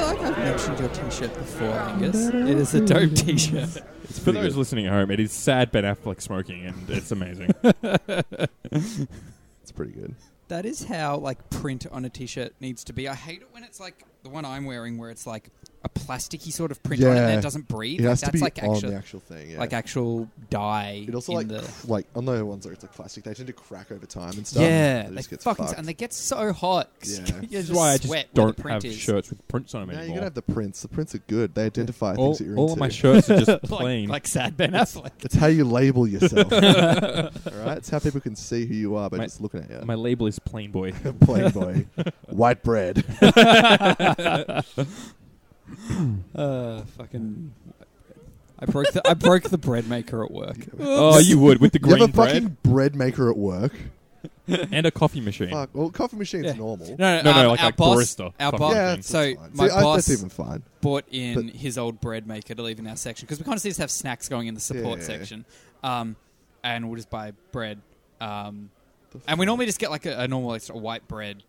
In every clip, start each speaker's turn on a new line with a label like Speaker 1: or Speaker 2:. Speaker 1: mentioned your T-shirt before, Angus. It is a dope T-shirt.
Speaker 2: It's
Speaker 3: For
Speaker 2: pretty
Speaker 3: those
Speaker 2: good.
Speaker 3: listening at home, it is sad Ben Affleck smoking, and it's amazing.
Speaker 2: It's pretty good.
Speaker 1: That is how like print on a T-shirt needs to be. I hate it when it's like the one I'm wearing, where it's like a plasticky sort of print on it and
Speaker 2: Yeah.
Speaker 1: it doesn't breathe.
Speaker 2: It
Speaker 1: Like,
Speaker 2: has to
Speaker 1: that's
Speaker 2: be
Speaker 1: like
Speaker 2: on
Speaker 1: actual,
Speaker 2: the actual thing. Yeah.
Speaker 1: like actual dye.
Speaker 2: it also
Speaker 1: in
Speaker 2: like
Speaker 1: the,
Speaker 2: cr- like on the ones that it's like plastic, they tend to crack over time and stuff.
Speaker 1: yeah,
Speaker 2: It
Speaker 1: they
Speaker 2: just gets
Speaker 1: fucking
Speaker 2: fucked.
Speaker 1: and they get so hot. 'cause
Speaker 2: Yeah.
Speaker 1: you
Speaker 3: This
Speaker 1: just
Speaker 3: is why I
Speaker 1: sweat
Speaker 3: just
Speaker 1: where the
Speaker 3: don't
Speaker 1: print
Speaker 3: have
Speaker 1: is.
Speaker 3: shirts with prints on them
Speaker 2: No, you
Speaker 3: anymore.
Speaker 2: gotta have the prints. The prints are good. They identify
Speaker 3: all
Speaker 2: things that you're
Speaker 3: all
Speaker 2: into.
Speaker 3: of my shirts are just plain.
Speaker 1: like, like sad Ben Affleck.
Speaker 2: It's how you label yourself. all right, it's how people can see who you are by
Speaker 3: My-
Speaker 2: just looking at you.
Speaker 3: My label is plain boy.
Speaker 2: Plain boy, white bread.
Speaker 1: Uh, fucking. I broke the I broke the bread maker at work.
Speaker 3: oh, you would with the
Speaker 2: you have
Speaker 3: green
Speaker 2: a
Speaker 3: bread
Speaker 2: fucking bread maker at work.
Speaker 3: and a coffee machine.
Speaker 2: Fuck. Well, coffee machine's
Speaker 1: Yeah.
Speaker 2: normal.
Speaker 1: No,
Speaker 3: No, no,
Speaker 1: um,
Speaker 3: like-
Speaker 1: our
Speaker 3: like
Speaker 1: boss,
Speaker 3: barista
Speaker 1: Our
Speaker 3: fucking
Speaker 1: boss,
Speaker 2: yeah,
Speaker 3: thing.
Speaker 2: that's
Speaker 1: so
Speaker 2: fine.
Speaker 1: my
Speaker 2: See, I-
Speaker 1: boss
Speaker 2: that's even fine.
Speaker 1: bought in
Speaker 2: But-
Speaker 1: his old bread maker to leave in our section because we constantly just have snacks going in the support
Speaker 2: Yeah.
Speaker 1: section, um, and we'll just buy bread, um, and we normally just get like a, a normal extra white bread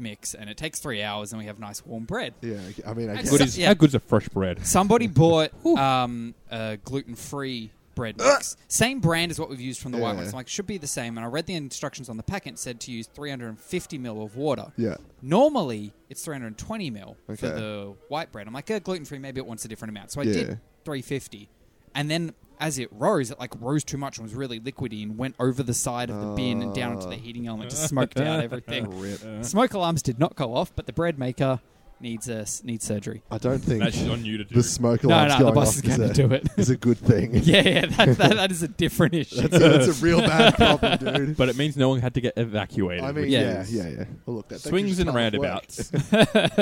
Speaker 1: mix, and it takes three hours, and we have nice warm bread.
Speaker 2: Yeah, I mean, I
Speaker 1: That's
Speaker 2: guess.
Speaker 3: Good
Speaker 1: so-
Speaker 3: is,
Speaker 1: yeah.
Speaker 3: How good's a fresh bread?
Speaker 1: Somebody bought um, a gluten free bread mix. Same brand as what we've used from the white
Speaker 2: Yeah.
Speaker 1: ones. I'm like, should be the same. And I read the instructions on the packet it said to use 350 mil of water.
Speaker 2: Yeah.
Speaker 1: Normally, it's 320 mil for
Speaker 2: Okay.
Speaker 1: the white bread. I'm like, uh gluten free, maybe it wants a different amount. So I
Speaker 2: Yeah.
Speaker 1: did 350. And then as it rose, it like rose too much and was really liquidy and went over the side of the bin and down into the heating element, just smoked out everything.
Speaker 2: Rip.
Speaker 1: Smoke alarms did not go off, but the bread maker needs uh, s- needs surgery.
Speaker 2: I don't think
Speaker 3: That's on you to do.
Speaker 2: the smoke
Speaker 1: No,
Speaker 2: alarm's
Speaker 1: no, the
Speaker 2: going
Speaker 1: boss
Speaker 2: off
Speaker 1: is
Speaker 2: is
Speaker 1: going to
Speaker 2: a-
Speaker 1: do it.
Speaker 2: is a good thing.
Speaker 1: Yeah, yeah, that, that, that is a different issue.
Speaker 2: that's, a, that's a real bad problem, dude.
Speaker 3: But it means no one had to get evacuated.
Speaker 2: I mean,
Speaker 3: which
Speaker 2: yeah, yeah,
Speaker 3: is-
Speaker 2: yeah. Well, look, that that gives
Speaker 3: Swings
Speaker 2: you
Speaker 3: and
Speaker 2: time off work.
Speaker 3: roundabouts.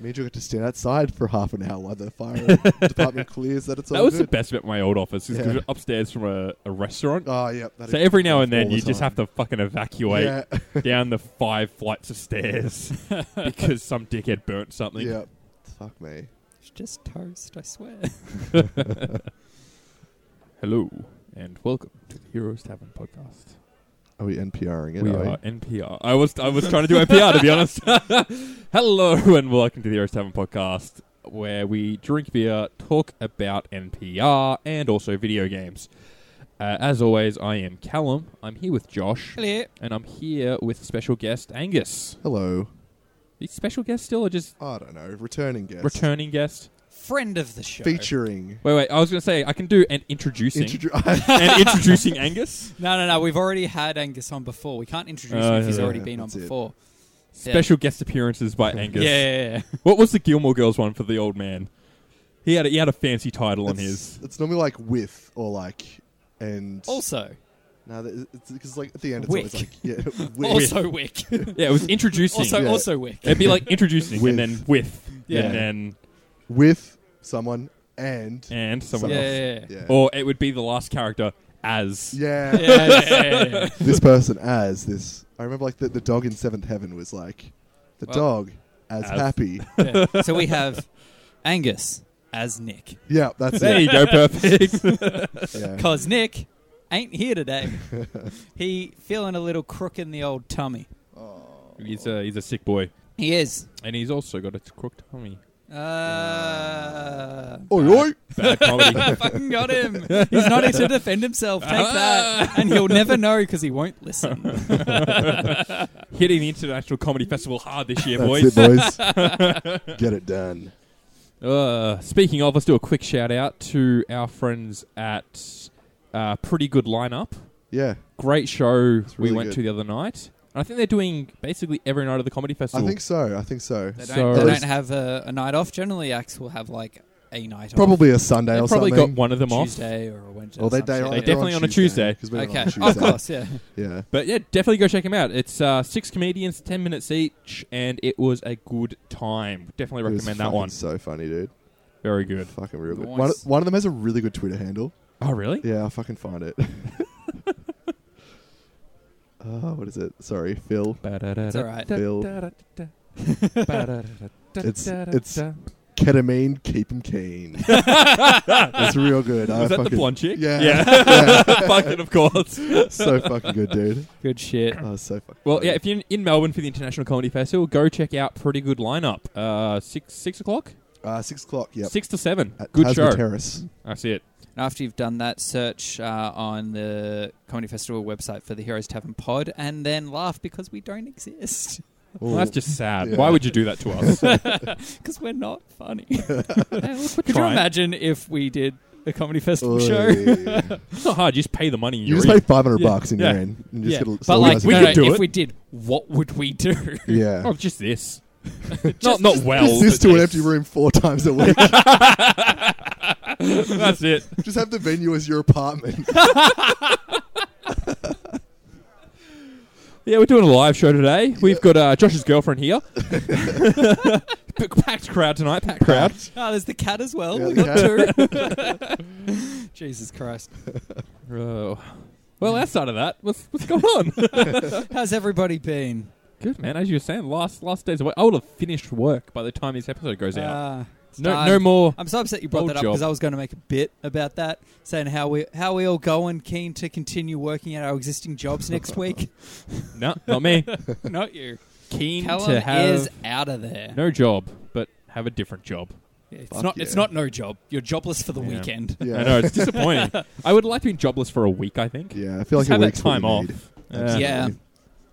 Speaker 2: Me and you got to stand outside for half an hour while the fire department clears that it's all
Speaker 3: that was
Speaker 2: good.
Speaker 3: the best bit in my old office. Is 'cause
Speaker 2: Yeah.
Speaker 3: we're upstairs from a, a restaurant.
Speaker 2: Oh, yeah. that
Speaker 3: so
Speaker 2: is-
Speaker 3: every now and then
Speaker 2: all the
Speaker 3: you just
Speaker 2: time.
Speaker 3: have to fucking evacuate
Speaker 2: Yeah.
Speaker 3: down the five flights of stairs because some dickhead burnt something.
Speaker 2: yeah. Fuck me.
Speaker 1: It's just toast, I swear.
Speaker 3: Hello and welcome to the Heroes Tavern podcast.
Speaker 2: Are we NPRing it?
Speaker 3: we
Speaker 2: are
Speaker 3: are NPR. I was I was trying to do NPR to be honest. Hello and welcome to the Heroes Tavern podcast, where we drink beer, talk about NPR, and also video games. Uh, as always, I am Callum. I'm here with Josh,
Speaker 1: Hello.
Speaker 3: and I'm here with special guest Angus.
Speaker 2: Hello.
Speaker 3: Is special guest still or just
Speaker 2: I don't know. Returning guest.
Speaker 3: returning guest?
Speaker 1: Friend of the show.
Speaker 2: Featuring.
Speaker 3: Wait, wait. I was gonna say I can do an introducing
Speaker 2: Introdu-
Speaker 3: and introducing Angus.
Speaker 1: No, no, no. We've already had Angus on before. We can't introduce
Speaker 3: Oh,
Speaker 1: him if he's
Speaker 3: yeah,
Speaker 1: already
Speaker 2: yeah,
Speaker 1: been on
Speaker 2: that's it.
Speaker 1: before. Yeah.
Speaker 3: Special guest appearances by Angus.
Speaker 1: Yeah, yeah, yeah.
Speaker 3: What was the Gilmore Girls one for the old man? He had a, he had a fancy title on his.
Speaker 2: it's, it's normally like with or like and.
Speaker 1: Also,
Speaker 2: No, that- it's because like at the end it's
Speaker 1: Wick.
Speaker 2: always like yeah, with.
Speaker 1: also Wick.
Speaker 3: Yeah, it was introducing.
Speaker 1: also,
Speaker 2: Yeah.
Speaker 1: also Wick.
Speaker 3: It'd be like introducing
Speaker 2: With.
Speaker 3: and then with,
Speaker 1: Yeah.
Speaker 3: and then
Speaker 2: with someone and
Speaker 3: and someone
Speaker 1: Yeah,
Speaker 2: Someone
Speaker 3: else.
Speaker 1: yeah, yeah.
Speaker 2: yeah.
Speaker 3: Or it would be the last character as.
Speaker 2: yeah.
Speaker 1: Yeah, yeah, yeah, yeah.
Speaker 2: this person as this. I remember like the, the dog in Seventh Heaven was like the
Speaker 1: Well-
Speaker 2: dog as,
Speaker 3: As.
Speaker 2: happy.
Speaker 1: yeah. Yeah. So we have Angus as Nick.
Speaker 2: yeah, that's
Speaker 3: There
Speaker 2: it.
Speaker 3: you go, perfect.
Speaker 2: Yeah.
Speaker 1: Because Nick ain't here today. he feeling a little crook in the old tummy.
Speaker 3: he's a he's a sick boy,
Speaker 1: He is.
Speaker 3: and he's also got a crooked tummy.
Speaker 1: Uh,
Speaker 2: Oi, oi.
Speaker 3: Bad comedy.
Speaker 1: I fucking got him. He's not here to defend himself. Take that. And he'll never know because he won't listen.
Speaker 3: Hitting the International Comedy Festival hard this year,
Speaker 2: That's
Speaker 3: boys.
Speaker 2: it, boys. Get it done.
Speaker 3: Uh, speaking of, let's do a quick shout out to our friends at uh, Pretty Good Lineup.
Speaker 2: Yeah,
Speaker 3: Great show we
Speaker 2: really
Speaker 3: went
Speaker 2: good.
Speaker 3: to the other night. And I think they're doing basically every night of the comedy
Speaker 2: I
Speaker 3: festival.
Speaker 2: think so. I think so.
Speaker 1: They don't,
Speaker 3: So-
Speaker 1: they don't have a, a night off. Generally, acts will have like a night
Speaker 2: Probably a Sunday
Speaker 3: They've
Speaker 2: or
Speaker 3: probably
Speaker 2: something.
Speaker 3: got one of them
Speaker 1: off.
Speaker 3: off.
Speaker 1: Tuesday or a Wednesday.
Speaker 2: Or
Speaker 1: or
Speaker 2: they
Speaker 1: some
Speaker 2: day
Speaker 1: shit.
Speaker 2: off.
Speaker 3: They
Speaker 2: they're
Speaker 3: definitely
Speaker 2: on
Speaker 3: on a Tuesday.
Speaker 2: 'cause we're
Speaker 1: Okay, Oh,
Speaker 2: on
Speaker 1: of
Speaker 2: Tuesday.
Speaker 1: course, yeah.
Speaker 2: Yeah.
Speaker 3: But yeah, definitely go check them out. It's uh, six comedians, ten minutes each, and it was a good time. Definitely
Speaker 2: It was
Speaker 3: recommend that
Speaker 2: fucking
Speaker 3: one.
Speaker 2: So funny, dude.
Speaker 3: Very good.
Speaker 2: Fucking real good.
Speaker 1: Nice.
Speaker 2: One, one of them has a really good Twitter handle.
Speaker 3: Oh, really?
Speaker 2: Yeah, I'll fucking find it. uh, what is it? Sorry, Phil.
Speaker 3: It's
Speaker 1: alright.
Speaker 2: Phil. It's- it's- ketamine, keep him keen. That's real good. I
Speaker 3: Was that the
Speaker 2: fucking-
Speaker 3: blonde chick?
Speaker 2: Yeah.
Speaker 3: Yeah. Fucking, of course.
Speaker 2: so fucking good, dude.
Speaker 1: Good shit.
Speaker 2: Oh, so fucking
Speaker 3: Well,
Speaker 2: good.
Speaker 3: yeah, if you're in, in Melbourne for the International Comedy Festival, go check out Pretty Good Lineup. Uh, six six o'clock?
Speaker 2: Uh, six o'clock. Yep.
Speaker 3: Six to seven.
Speaker 2: At
Speaker 3: Good show.
Speaker 2: Tasman Terrace.
Speaker 3: That's it.
Speaker 1: And after you've done that, search uh, on the Comedy Festival website for the Heroes Tavern Pod and then laugh because we don't exist.
Speaker 3: Well, that's just sad.
Speaker 2: Yeah.
Speaker 3: Why would you do that to us?
Speaker 1: Because we're not funny. Could you
Speaker 3: trying.
Speaker 1: imagine if we did a Comedy Festival
Speaker 2: Ooh.
Speaker 1: show?
Speaker 3: it's not hard. You just pay the money. and
Speaker 2: you
Speaker 3: you're
Speaker 2: just
Speaker 3: in.
Speaker 2: pay five hundred
Speaker 1: Yeah.
Speaker 2: bucks and
Speaker 3: Yeah.
Speaker 2: you're in. And you
Speaker 1: yeah.
Speaker 2: just get a-
Speaker 1: But
Speaker 2: all
Speaker 1: like,
Speaker 2: guys
Speaker 3: we
Speaker 1: no,
Speaker 2: are
Speaker 1: no,
Speaker 3: could do
Speaker 1: if
Speaker 3: it.
Speaker 1: we did, what would we do?
Speaker 2: Yeah.
Speaker 3: Oh, just this.
Speaker 1: Just-
Speaker 3: not not well.
Speaker 2: Just this
Speaker 3: but
Speaker 2: to an
Speaker 3: this.
Speaker 2: empty room four times a week.
Speaker 3: That's it.
Speaker 2: just have the venue as your apartment.
Speaker 3: Yeah, we're doing a live show today. We've got uh, Josh's girlfriend here. P- packed crowd tonight. Packed crowd.
Speaker 1: Oh, there's the cat as well.
Speaker 2: Yeah,
Speaker 1: we
Speaker 2: the
Speaker 1: got two. Jesus Christ.
Speaker 3: Oh. Well, outside of that, what's what's going on?
Speaker 1: How's everybody been?
Speaker 3: Good man. As you were saying, last last days away, I would have finished work by the time this episode
Speaker 2: Ah,
Speaker 3: goes out.
Speaker 1: Uh,
Speaker 3: No,
Speaker 1: starved.
Speaker 3: no more.
Speaker 1: I'm so upset you brought
Speaker 3: Old
Speaker 1: that up
Speaker 3: job.
Speaker 1: because I was going to make a bit about that, saying how we how we all going, keen to continue working at our existing jobs next week.
Speaker 3: No, not me.
Speaker 1: Not you.
Speaker 3: Keen
Speaker 1: Callum
Speaker 3: to have
Speaker 1: is out of there.
Speaker 3: no job, but have a different job.
Speaker 1: Yeah, it's
Speaker 2: Fuck
Speaker 1: not.
Speaker 2: yeah.
Speaker 1: It's not no job. You're jobless for the
Speaker 3: Yeah.
Speaker 1: weekend.
Speaker 2: Yeah.
Speaker 3: I know it's disappointing. I would like to be jobless for a week. I think.
Speaker 2: Yeah, I feel
Speaker 3: Just
Speaker 2: like a
Speaker 3: have that
Speaker 2: week's what
Speaker 3: time
Speaker 2: you
Speaker 3: off. Uh,
Speaker 2: need.
Speaker 3: Yeah.
Speaker 1: Yeah.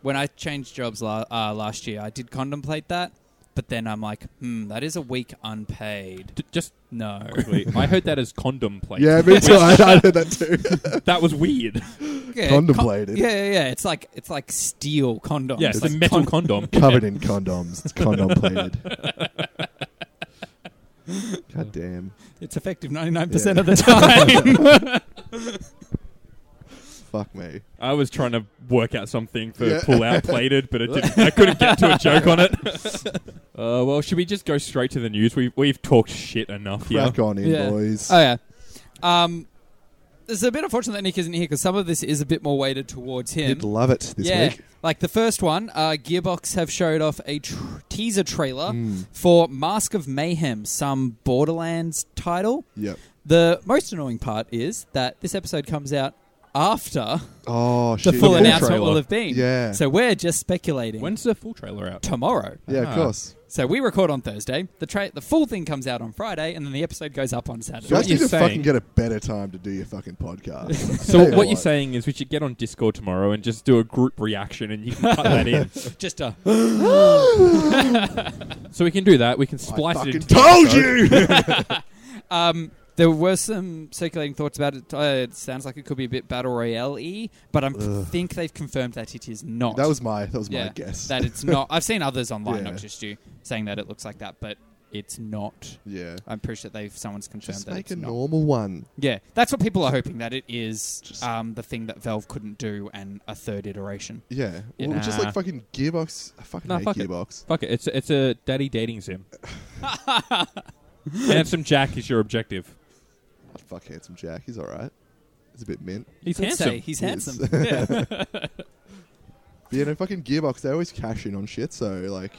Speaker 1: When I changed jobs la- uh, last year, I did contemplate that, but then I'm like, hmm, that is a week unpaid.
Speaker 3: D- just
Speaker 1: No.
Speaker 3: quickly, I heard that as contemplate.
Speaker 2: Yeah, me too. I, I heard that too.
Speaker 3: that was weird.
Speaker 1: Yeah,
Speaker 2: Contemplated.
Speaker 1: yeah, yeah, yeah. It's like it's like steel condoms.
Speaker 3: Yeah, it's
Speaker 1: like
Speaker 3: a metal
Speaker 1: con-
Speaker 3: condom.
Speaker 2: Covered in condoms. It's contemplated. God damn.
Speaker 1: it's effective 99% of the time.
Speaker 2: Fuck me.
Speaker 3: I was trying to work out something for
Speaker 2: Yeah.
Speaker 3: pull out plated, but it didn't, I couldn't get to a joke on it. uh, well, should we just go straight to the news? We've we've talked shit enough here.
Speaker 2: Crack on in,
Speaker 1: Yeah.
Speaker 2: boys.
Speaker 1: oh yeah. Um, it's a bit unfortunate that Nick isn't here because some of this is a bit more weighted towards him.
Speaker 2: You'd love it this
Speaker 1: yeah,
Speaker 2: week.
Speaker 1: like the first one, uh, Gearbox have showed off a tr- teaser trailer
Speaker 2: Mm.
Speaker 1: for Mask of Mayhem, some Borderlands title.
Speaker 2: Yep.
Speaker 1: The most annoying part is that this episode comes out after
Speaker 2: Oh,
Speaker 1: the
Speaker 2: shit.
Speaker 1: full
Speaker 3: full
Speaker 1: announcement
Speaker 3: trailer.
Speaker 1: will have been.
Speaker 2: Yeah.
Speaker 1: So we're just speculating.
Speaker 3: When's the full trailer out?
Speaker 1: tomorrow? Uh-huh.
Speaker 2: yeah,
Speaker 3: Ah.
Speaker 2: of course.
Speaker 1: So we record on Thursday. The tra- the full thing comes out on Friday, and then the episode goes up on Saturday.
Speaker 2: You
Speaker 3: what
Speaker 2: guys need
Speaker 3: you're
Speaker 2: to
Speaker 3: saying-
Speaker 2: fucking get a better time to do your fucking podcast.
Speaker 3: So
Speaker 2: Tell you
Speaker 3: what you're saying is we should get on Discord tomorrow and just do a group reaction, and you can cut that in.
Speaker 1: Just a
Speaker 3: So we can do that. We can
Speaker 2: I
Speaker 3: splice it.
Speaker 2: fucking
Speaker 3: Into
Speaker 2: told
Speaker 3: episode.
Speaker 2: you!
Speaker 1: um. There were some circulating thoughts about it. Uh, it sounds like it could be a bit battle royale y, but I think they've confirmed that it is not.
Speaker 2: that was my that was my
Speaker 1: yeah,
Speaker 2: guess.
Speaker 1: that it's not. I've seen others online,
Speaker 2: Yeah.
Speaker 1: not just you, saying that it looks like that, but it's not.
Speaker 2: yeah.
Speaker 1: I'm pretty sure they've someone's confirmed
Speaker 2: Just
Speaker 1: that
Speaker 2: make
Speaker 1: it's
Speaker 2: a
Speaker 1: not.
Speaker 2: normal one.
Speaker 1: Yeah, that's what people are hoping that it is
Speaker 2: Just-
Speaker 1: um, the thing that Valve couldn't do and a third iteration.
Speaker 2: Yeah.
Speaker 1: Yeah.
Speaker 2: Well, just
Speaker 3: Nah.
Speaker 2: like fucking Gearbox. I fucking
Speaker 3: Nah,
Speaker 2: hate
Speaker 3: fuck it.
Speaker 2: Gearbox.
Speaker 3: Fuck it. It's a, it's a daddy dating sim. Handsome Jack is your objective.
Speaker 2: I'd fuck handsome Jack. He's all right. He's a bit mint.
Speaker 3: He's
Speaker 1: Could
Speaker 3: handsome.
Speaker 1: say he's
Speaker 2: He is.
Speaker 1: handsome. Yeah.
Speaker 2: But you know, fucking Gearbox, they always cash in on shit. So like,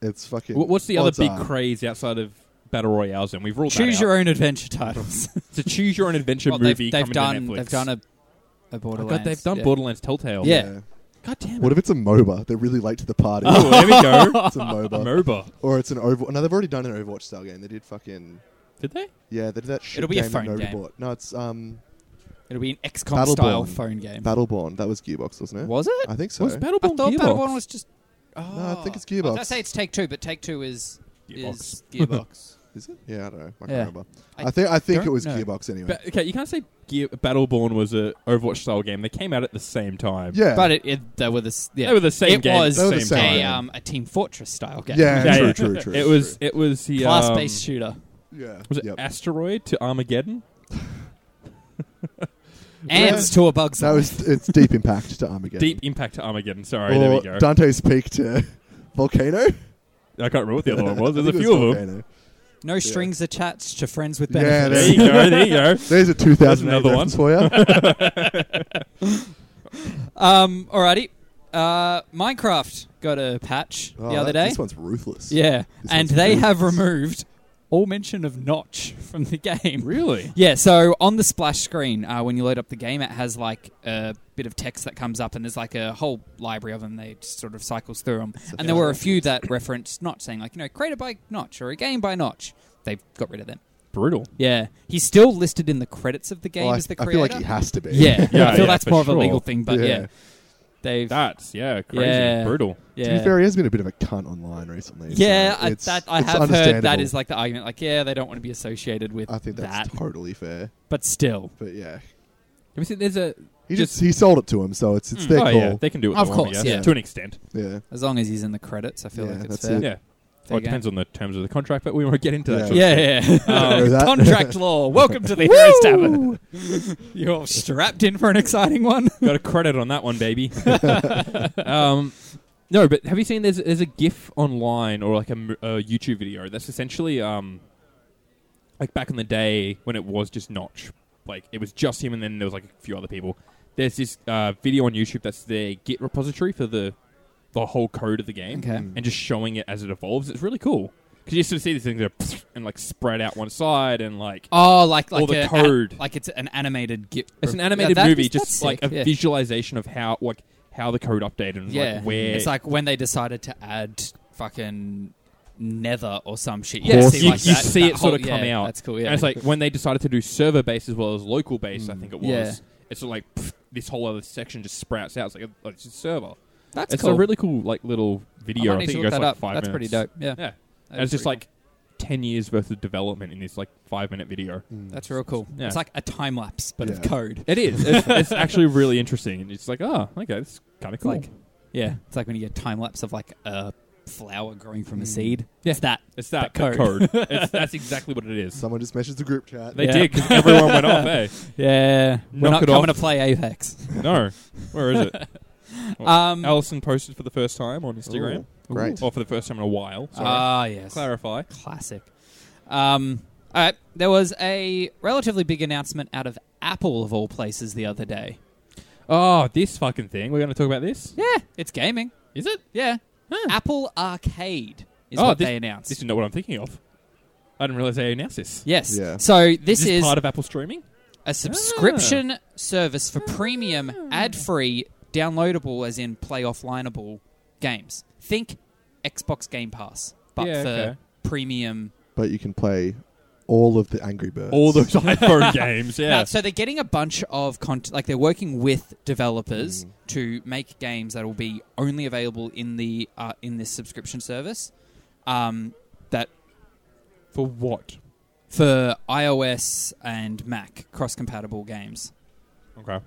Speaker 2: it's fucking.
Speaker 3: Wh- What's the other
Speaker 2: odds
Speaker 3: big
Speaker 2: are-
Speaker 3: craze outside of battle royales? And we've ruled that
Speaker 1: Choose
Speaker 3: out.
Speaker 1: your own adventure titles.
Speaker 3: It's a choose your own adventure
Speaker 1: Well, they've,
Speaker 3: movie
Speaker 1: they've
Speaker 3: coming
Speaker 1: done.
Speaker 3: to Netflix.
Speaker 1: They've done a, a
Speaker 3: Oh,
Speaker 1: Borderlands.
Speaker 3: God, they've done
Speaker 1: yeah.
Speaker 3: Borderlands Telltale.
Speaker 1: Yeah.
Speaker 3: God damn
Speaker 2: What
Speaker 3: it.
Speaker 2: if it's a MOBA? They're really late to the party.
Speaker 3: Oh, there we go.
Speaker 2: it's a MOBA,
Speaker 3: MOBA.
Speaker 2: or it's an Over. No, they've already done an Overwatch style game. They did fucking.
Speaker 3: Did they?
Speaker 2: Yeah, they did that shit
Speaker 1: It'll be a
Speaker 2: game that
Speaker 1: phone
Speaker 2: nobody
Speaker 1: game.
Speaker 2: bought. No, it's um
Speaker 1: It'll be an XCOM style
Speaker 2: Battleborn.
Speaker 1: phone game.
Speaker 2: Battleborn. That was Gearbox, wasn't it?
Speaker 1: Was it?
Speaker 2: I think so.
Speaker 3: What's
Speaker 1: I
Speaker 3: Battleborn
Speaker 1: thought
Speaker 3: Gearbox?
Speaker 1: Battleborn was just. Oh.
Speaker 2: No, I think it's
Speaker 1: I was gonna
Speaker 2: Gearbox.
Speaker 1: say it's Take Two, but Take Two is
Speaker 3: Gearbox.
Speaker 1: is Gearbox.
Speaker 2: Is it? Yeah, I don't know. I can't
Speaker 1: Yeah.
Speaker 2: remember.
Speaker 1: I
Speaker 2: I, think I think
Speaker 1: don't
Speaker 2: it was
Speaker 1: know.
Speaker 2: Gearbox anyway.
Speaker 3: Ba- okay, you can't say Gear- Battleborn was a Overwatch style game. They came out at the same time.
Speaker 2: yeah,
Speaker 1: But it, it they were the s- yeah
Speaker 3: They were the same
Speaker 1: It
Speaker 3: game at
Speaker 1: was
Speaker 2: They were the
Speaker 3: same
Speaker 2: same
Speaker 3: time.
Speaker 1: a
Speaker 2: game.
Speaker 1: um a Team Fortress style game.
Speaker 2: yeah,
Speaker 3: Yeah,
Speaker 2: true,
Speaker 3: yeah.
Speaker 2: true, true.
Speaker 3: It was it was the
Speaker 1: Class
Speaker 3: um,
Speaker 1: based shooter.
Speaker 2: true. Yeah.
Speaker 3: Was it
Speaker 2: Yep.
Speaker 3: Asteroid to Armageddon?
Speaker 1: Ants to a bug's
Speaker 2: That
Speaker 1: life.
Speaker 2: was it's Deep Impact to Armageddon.
Speaker 3: Deep Impact to Armageddon. Sorry,
Speaker 2: or
Speaker 3: there we go.
Speaker 2: Dante's Peak to Volcano.
Speaker 3: I can't remember what the other one was.
Speaker 2: I
Speaker 3: There's a
Speaker 2: think it
Speaker 3: few
Speaker 2: was
Speaker 3: of them.
Speaker 2: Volcano.
Speaker 1: No strings attached to friends with
Speaker 2: Yeah,
Speaker 1: benefits.
Speaker 3: There you go. There you go.
Speaker 2: There's a 2008
Speaker 3: another
Speaker 2: reference for you.
Speaker 1: Um, alrighty. Uh, Minecraft got a patch
Speaker 2: Oh,
Speaker 1: the other
Speaker 2: that-
Speaker 1: day.
Speaker 2: This one's ruthless.
Speaker 1: Yeah,
Speaker 2: This
Speaker 1: and
Speaker 2: one's
Speaker 1: they
Speaker 2: ruthless.
Speaker 1: have removed all mention of Notch from the game.
Speaker 3: Really?
Speaker 1: Yeah, so on the splash screen, uh, when you load up the game, it has like a bit of text that comes up, and there's like a whole library of them. They just sort of cycles through them, and there were a few that referenced Notch, saying like, you know, created by Notch or a game by Notch. They've got rid of them.
Speaker 3: Brutal.
Speaker 1: Yeah, he's still listed in the credits of the game
Speaker 2: Well, Oh, I,
Speaker 1: as the
Speaker 2: I
Speaker 1: creator.
Speaker 2: feel like he has to be.
Speaker 1: Yeah,
Speaker 3: Yeah,
Speaker 1: I feel
Speaker 3: yeah,
Speaker 1: that's
Speaker 3: for
Speaker 1: more of a
Speaker 3: sure.
Speaker 1: legal thing, but yeah,
Speaker 2: Yeah.
Speaker 1: they've
Speaker 3: That's yeah, crazy.
Speaker 1: Yeah.
Speaker 3: Brutal.
Speaker 1: yeah.
Speaker 2: To be fair, he has been a bit of a cunt online recently.
Speaker 1: Yeah,
Speaker 2: so
Speaker 1: I,
Speaker 2: it's,
Speaker 1: that, I
Speaker 2: it's
Speaker 1: have heard that
Speaker 2: understandable.
Speaker 1: is like the argument. Like, yeah, they don't want to be associated with
Speaker 2: I think
Speaker 1: that,
Speaker 2: that's totally fair.
Speaker 1: but still,
Speaker 2: But yeah,
Speaker 3: Have you seen there's a
Speaker 2: he
Speaker 3: Just-
Speaker 2: just, he sold it to him, so it's it's
Speaker 1: Mm.
Speaker 2: their
Speaker 3: oh
Speaker 2: call.
Speaker 3: yeah, they can do it.
Speaker 1: Of
Speaker 3: want, I
Speaker 1: course,
Speaker 3: guess,
Speaker 2: yeah.
Speaker 3: to an extent.
Speaker 2: yeah.
Speaker 1: as long as he's in the credits, I feel
Speaker 2: Yeah,
Speaker 1: like it's
Speaker 2: that's
Speaker 1: fair.
Speaker 2: it.
Speaker 3: Yeah.
Speaker 1: There
Speaker 3: Well,
Speaker 1: you go.
Speaker 3: it depends on the terms of the contract, but we won't get into that.
Speaker 2: Yeah.
Speaker 3: sort of thing.
Speaker 1: Yeah,
Speaker 3: Um,
Speaker 2: that-
Speaker 1: contract law. Welcome to the Heroes Tavern. You're all strapped in for an exciting one.
Speaker 3: Got a credit on that one, baby. um, no, but have you seen there's there's a GIF online or like a, m- a YouTube video that's essentially um, like back in the day when it was just Notch, like it was just him, and then there was like a few other people. There's this uh, video on YouTube that's their Git repository for the the whole code of the game,
Speaker 1: Okay.
Speaker 3: and just showing it as it evolves. It's really cool because you sort of see these things that are and like spread out one side and like.
Speaker 1: Oh, like
Speaker 3: All
Speaker 1: like
Speaker 3: the
Speaker 1: a-
Speaker 3: code.
Speaker 1: like it's an animated GIF.
Speaker 3: It's an
Speaker 1: Yeah,
Speaker 3: animated
Speaker 1: that-
Speaker 3: movie,
Speaker 1: that's
Speaker 3: just
Speaker 1: sick,
Speaker 3: like a
Speaker 1: yeah.
Speaker 3: visualization of how like how the code updated and
Speaker 1: Yeah,
Speaker 3: like where
Speaker 1: it's like when they decided to add fucking Nether or some shit.
Speaker 3: Yeah,
Speaker 2: Horse-
Speaker 1: see,
Speaker 3: you,
Speaker 1: like
Speaker 3: you
Speaker 1: that-
Speaker 3: see
Speaker 1: that
Speaker 3: it sort
Speaker 1: whole-
Speaker 3: of come
Speaker 1: yeah,
Speaker 3: out.
Speaker 1: That's cool. Yeah, Mm.
Speaker 3: And it's like when they decided to do server based as well as local based, I think it was.
Speaker 1: Yeah.
Speaker 3: It's sort of like pff, this whole other section just sprouts out. It's like, oh, it's just server.
Speaker 1: that's
Speaker 3: it's
Speaker 1: cool.
Speaker 3: a really cool like little
Speaker 1: I
Speaker 3: video.
Speaker 1: might
Speaker 3: I,
Speaker 1: need
Speaker 3: think
Speaker 1: to
Speaker 3: it
Speaker 1: look
Speaker 3: goes
Speaker 1: that
Speaker 3: like
Speaker 1: up.
Speaker 3: five
Speaker 1: That's
Speaker 3: minutes.
Speaker 1: pretty dope. Yeah,
Speaker 3: Yeah.
Speaker 1: That
Speaker 3: And
Speaker 1: is
Speaker 3: it's just
Speaker 1: pretty
Speaker 3: like ten years worth of development in this like five minute video.
Speaker 2: Hmm.
Speaker 1: cool. that's real cool.
Speaker 3: Yeah.
Speaker 1: It's like a time lapse, but of
Speaker 2: Yeah.
Speaker 1: code.
Speaker 3: It is. It's, it's actually really interesting. And it's like, oh, okay, it's kinda cool.
Speaker 1: like- Yeah, it's like when you get a time lapse of like a flower growing from a
Speaker 2: Mm.
Speaker 1: seed.
Speaker 3: Yeah.
Speaker 1: It's that.
Speaker 3: it's that,
Speaker 1: that
Speaker 3: that code.
Speaker 1: code.
Speaker 3: it's, that's exactly what it is.
Speaker 2: Someone just messaged the group chat.
Speaker 3: They
Speaker 1: Yeah.
Speaker 3: did 'cause everyone went off, eh?
Speaker 1: Yeah, we're
Speaker 3: Knock
Speaker 1: not
Speaker 3: it
Speaker 1: coming
Speaker 3: off.
Speaker 1: to play Apex.
Speaker 3: No. Where is it?
Speaker 1: Um,
Speaker 3: Allison posted for the first time on Instagram.
Speaker 2: Ooh, great.
Speaker 3: Or for the first time in a while. Sorry.
Speaker 1: Ah, yes.
Speaker 3: Clarify.
Speaker 1: Classic. Um, all right. There was a relatively big announcement out of Apple, of all places, the other day.
Speaker 3: Oh, this fucking thing. We're going to talk about this?
Speaker 1: Yeah, it's gaming.
Speaker 3: Is it?
Speaker 1: Yeah.
Speaker 3: Huh.
Speaker 1: Apple Arcade is
Speaker 3: Oh,
Speaker 1: what
Speaker 3: this-
Speaker 1: they announced.
Speaker 3: This is not what I'm thinking of. I didn't realize they announced this.
Speaker 1: yes.
Speaker 2: Yeah.
Speaker 1: So this is
Speaker 3: part of Apple streaming?
Speaker 1: a subscription service for
Speaker 3: Ah.
Speaker 1: premium, ad-free, downloadable, as in play offlineable games. Think Xbox Game Pass, but
Speaker 3: Yeah,
Speaker 1: for
Speaker 3: okay.
Speaker 1: premium.
Speaker 2: but you can play all of the Angry Birds.
Speaker 3: All those iPhone games, yeah.
Speaker 1: Now, so they're getting a bunch of content, like they're working with developers
Speaker 3: Hmm.
Speaker 1: to make games that will be only available in the uh, in this subscription service. Um, that
Speaker 3: for what?
Speaker 1: for iOS and Mac cross compatible games.
Speaker 3: Okay.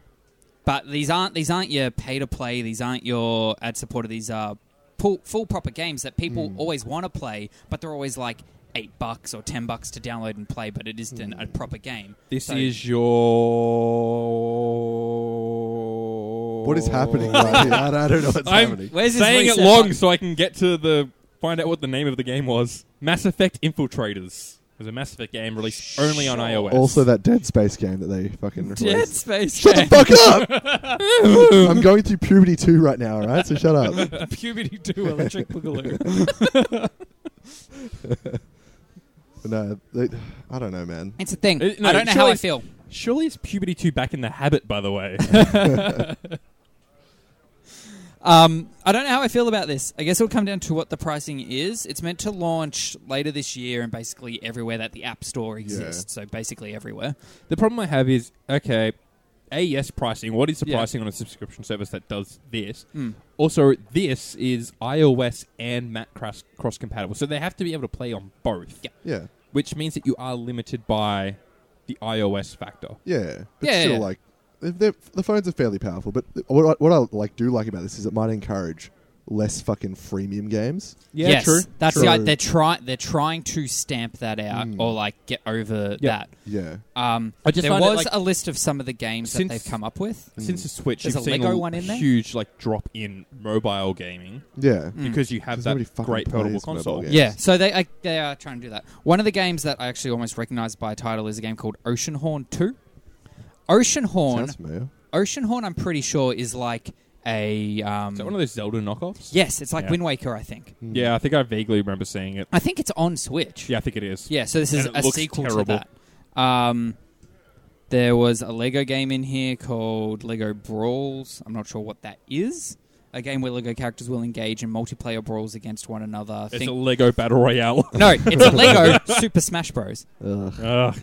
Speaker 1: But these aren't these aren't your pay to play. These aren't your ad supported. These are full, full proper games that people always want to play, but they're always like eight bucks or ten bucks to download and play. But it isn't an- a proper game.
Speaker 3: This
Speaker 1: So-
Speaker 3: is your.
Speaker 2: What is happening? right here? I, I don't know what's
Speaker 3: I'm
Speaker 2: happening.
Speaker 1: Where's this
Speaker 3: saying it
Speaker 1: reset
Speaker 3: long
Speaker 1: button?
Speaker 3: so I can get to the. Find out what the name of the game was. Mass Effect Infiltrators. It was a Mass Effect game released only on iOS.
Speaker 2: Also, that Dead Space game that they fucking
Speaker 1: Dead
Speaker 2: released.
Speaker 1: Space
Speaker 2: Shut
Speaker 1: game.
Speaker 2: the fuck up! I'm going through puberty two right now. All right, so shut up.
Speaker 1: Puberty 2 Electric Boogaloo.
Speaker 2: But no, they, I don't know, man.
Speaker 1: It's a thing.
Speaker 3: Uh, no,
Speaker 1: I don't know how
Speaker 3: surely-
Speaker 1: I feel.
Speaker 3: Surely it's puberty 2 back in the habit, by the way.
Speaker 1: Um, I don't know how I feel about this. I guess it'll come down to what the pricing is. It's meant to launch later this year and basically everywhere that the App Store exists. So basically everywhere.
Speaker 3: the problem I have is okay, AES pricing. What is the
Speaker 1: Yeah.
Speaker 3: pricing on a subscription service that does this?
Speaker 1: Hmm.
Speaker 3: Also, this is iOS and Mac cross cross compatible, so they have to be able to play on both.
Speaker 1: Yeah.
Speaker 2: Yeah,
Speaker 3: Which means that you are limited by the iOS factor.
Speaker 2: yeah, but
Speaker 1: Yeah,
Speaker 2: still,
Speaker 1: yeah.
Speaker 2: like, they're- they're- the phones are fairly powerful. But what I, what I like do like about this is it might encourage less fucking freemium games.
Speaker 1: yes, That's the
Speaker 2: True.
Speaker 1: they're trying they're trying to stamp that out
Speaker 2: Mm.
Speaker 1: or like get over
Speaker 3: Yeah.
Speaker 2: Yeah,
Speaker 1: that. Um,
Speaker 3: Hmm. I just
Speaker 1: there
Speaker 3: find it,
Speaker 1: was
Speaker 3: like-
Speaker 1: a list of some of the games that
Speaker 3: Since-
Speaker 1: they've come up with.
Speaker 2: Mm.
Speaker 3: Since the Switch,
Speaker 1: There's
Speaker 3: you've
Speaker 1: a
Speaker 3: seen
Speaker 1: Lego
Speaker 3: a
Speaker 1: one in there?
Speaker 3: huge like drop in mobile gaming
Speaker 2: yeah.
Speaker 1: Mm.
Speaker 3: because you have
Speaker 2: 'Cause
Speaker 3: that
Speaker 2: nobody fucking
Speaker 3: great portable
Speaker 2: plays mobile
Speaker 3: console.
Speaker 2: games.
Speaker 1: Yeah, so they I, they are trying to do that. One of the games that I actually almost recognized by title is a game called Oceanhorn Two. Oceanhorn
Speaker 2: Sounds familiar.
Speaker 1: Oceanhorn, I'm pretty sure, is like a. Um,
Speaker 3: Is that one of those Zelda knockoffs?
Speaker 1: yes, it's like
Speaker 3: Yeah.
Speaker 1: Wind Waker, I think.
Speaker 2: Hmm.
Speaker 3: Yeah, I think I vaguely remember seeing it.
Speaker 1: I think it's on Switch.
Speaker 3: Yeah, I think it is.
Speaker 1: Yeah, so this is
Speaker 3: And it
Speaker 1: a
Speaker 3: looks
Speaker 1: sequel
Speaker 3: terrible.
Speaker 1: to that. Um, there was a Lego game in here called Lego Brawls. I'm not sure what that is. A game where Lego characters will engage in multiplayer brawls against one another.
Speaker 3: It's
Speaker 1: Think-
Speaker 3: a Lego battle royale.
Speaker 1: no, it's a Lego Super Smash Bros.
Speaker 2: Ugh.
Speaker 3: Ugh.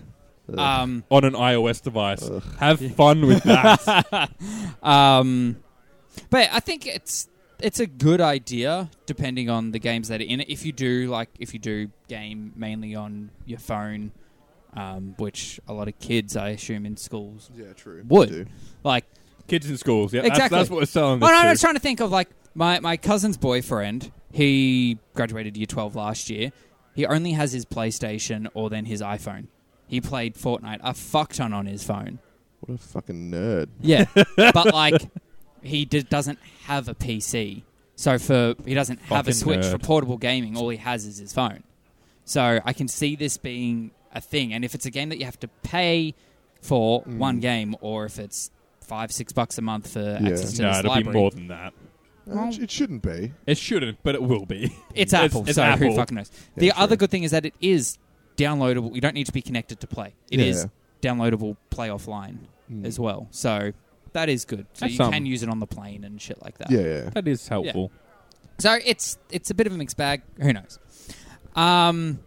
Speaker 1: Um,
Speaker 3: on an iOS device. Have fun with that.
Speaker 1: um, but I think it's it's a good idea depending on the games that are in it. If you do like if you do game mainly on your phone, um, which a lot of kids I assume in schools
Speaker 2: Yeah, true.
Speaker 1: Would.
Speaker 2: Do.
Speaker 1: like
Speaker 3: Kids in schools. Yeah,
Speaker 1: Exactly.
Speaker 3: that's, that's what we're selling
Speaker 1: Well,
Speaker 3: this
Speaker 1: no, no, I
Speaker 3: to.
Speaker 1: was trying to think of like my, my cousin's boyfriend. He graduated year 12 last year. He only has his PlayStation or then his iPhone. He played Fortnite a fuck ton on his phone.
Speaker 2: What a fucking nerd.
Speaker 1: Yeah. but like, he did, doesn't have a PC. So for he doesn't have a
Speaker 3: Fucking
Speaker 1: Switch for
Speaker 3: nerd.
Speaker 1: portable gaming. All he has is his phone. So I can see this being a thing. And if it's a game that you have to pay for
Speaker 3: Mm.
Speaker 1: one game, or if it's five, six bucks a month for access to
Speaker 3: no,
Speaker 1: this
Speaker 3: it'll
Speaker 1: library,
Speaker 3: be more than that.
Speaker 2: Uh, it, it shouldn't be.
Speaker 3: It shouldn't, but it will be.
Speaker 1: It's
Speaker 3: It's-
Speaker 1: Apple,
Speaker 3: it's
Speaker 1: so
Speaker 3: Apple.
Speaker 1: who fucking knows?
Speaker 2: Yeah,
Speaker 1: The
Speaker 2: true.
Speaker 1: other good thing is that it is downloadable. You don't need to be connected to play. It
Speaker 2: Yeah.
Speaker 1: is downloadable play offline
Speaker 2: Mm.
Speaker 1: as well. So that is good. So
Speaker 3: That's
Speaker 1: you
Speaker 3: something.
Speaker 1: can use it on the plane and shit like that.
Speaker 2: Yeah, yeah.
Speaker 3: That is helpful.
Speaker 1: So it's it's a bit of a mixed bag. Who knows? Um,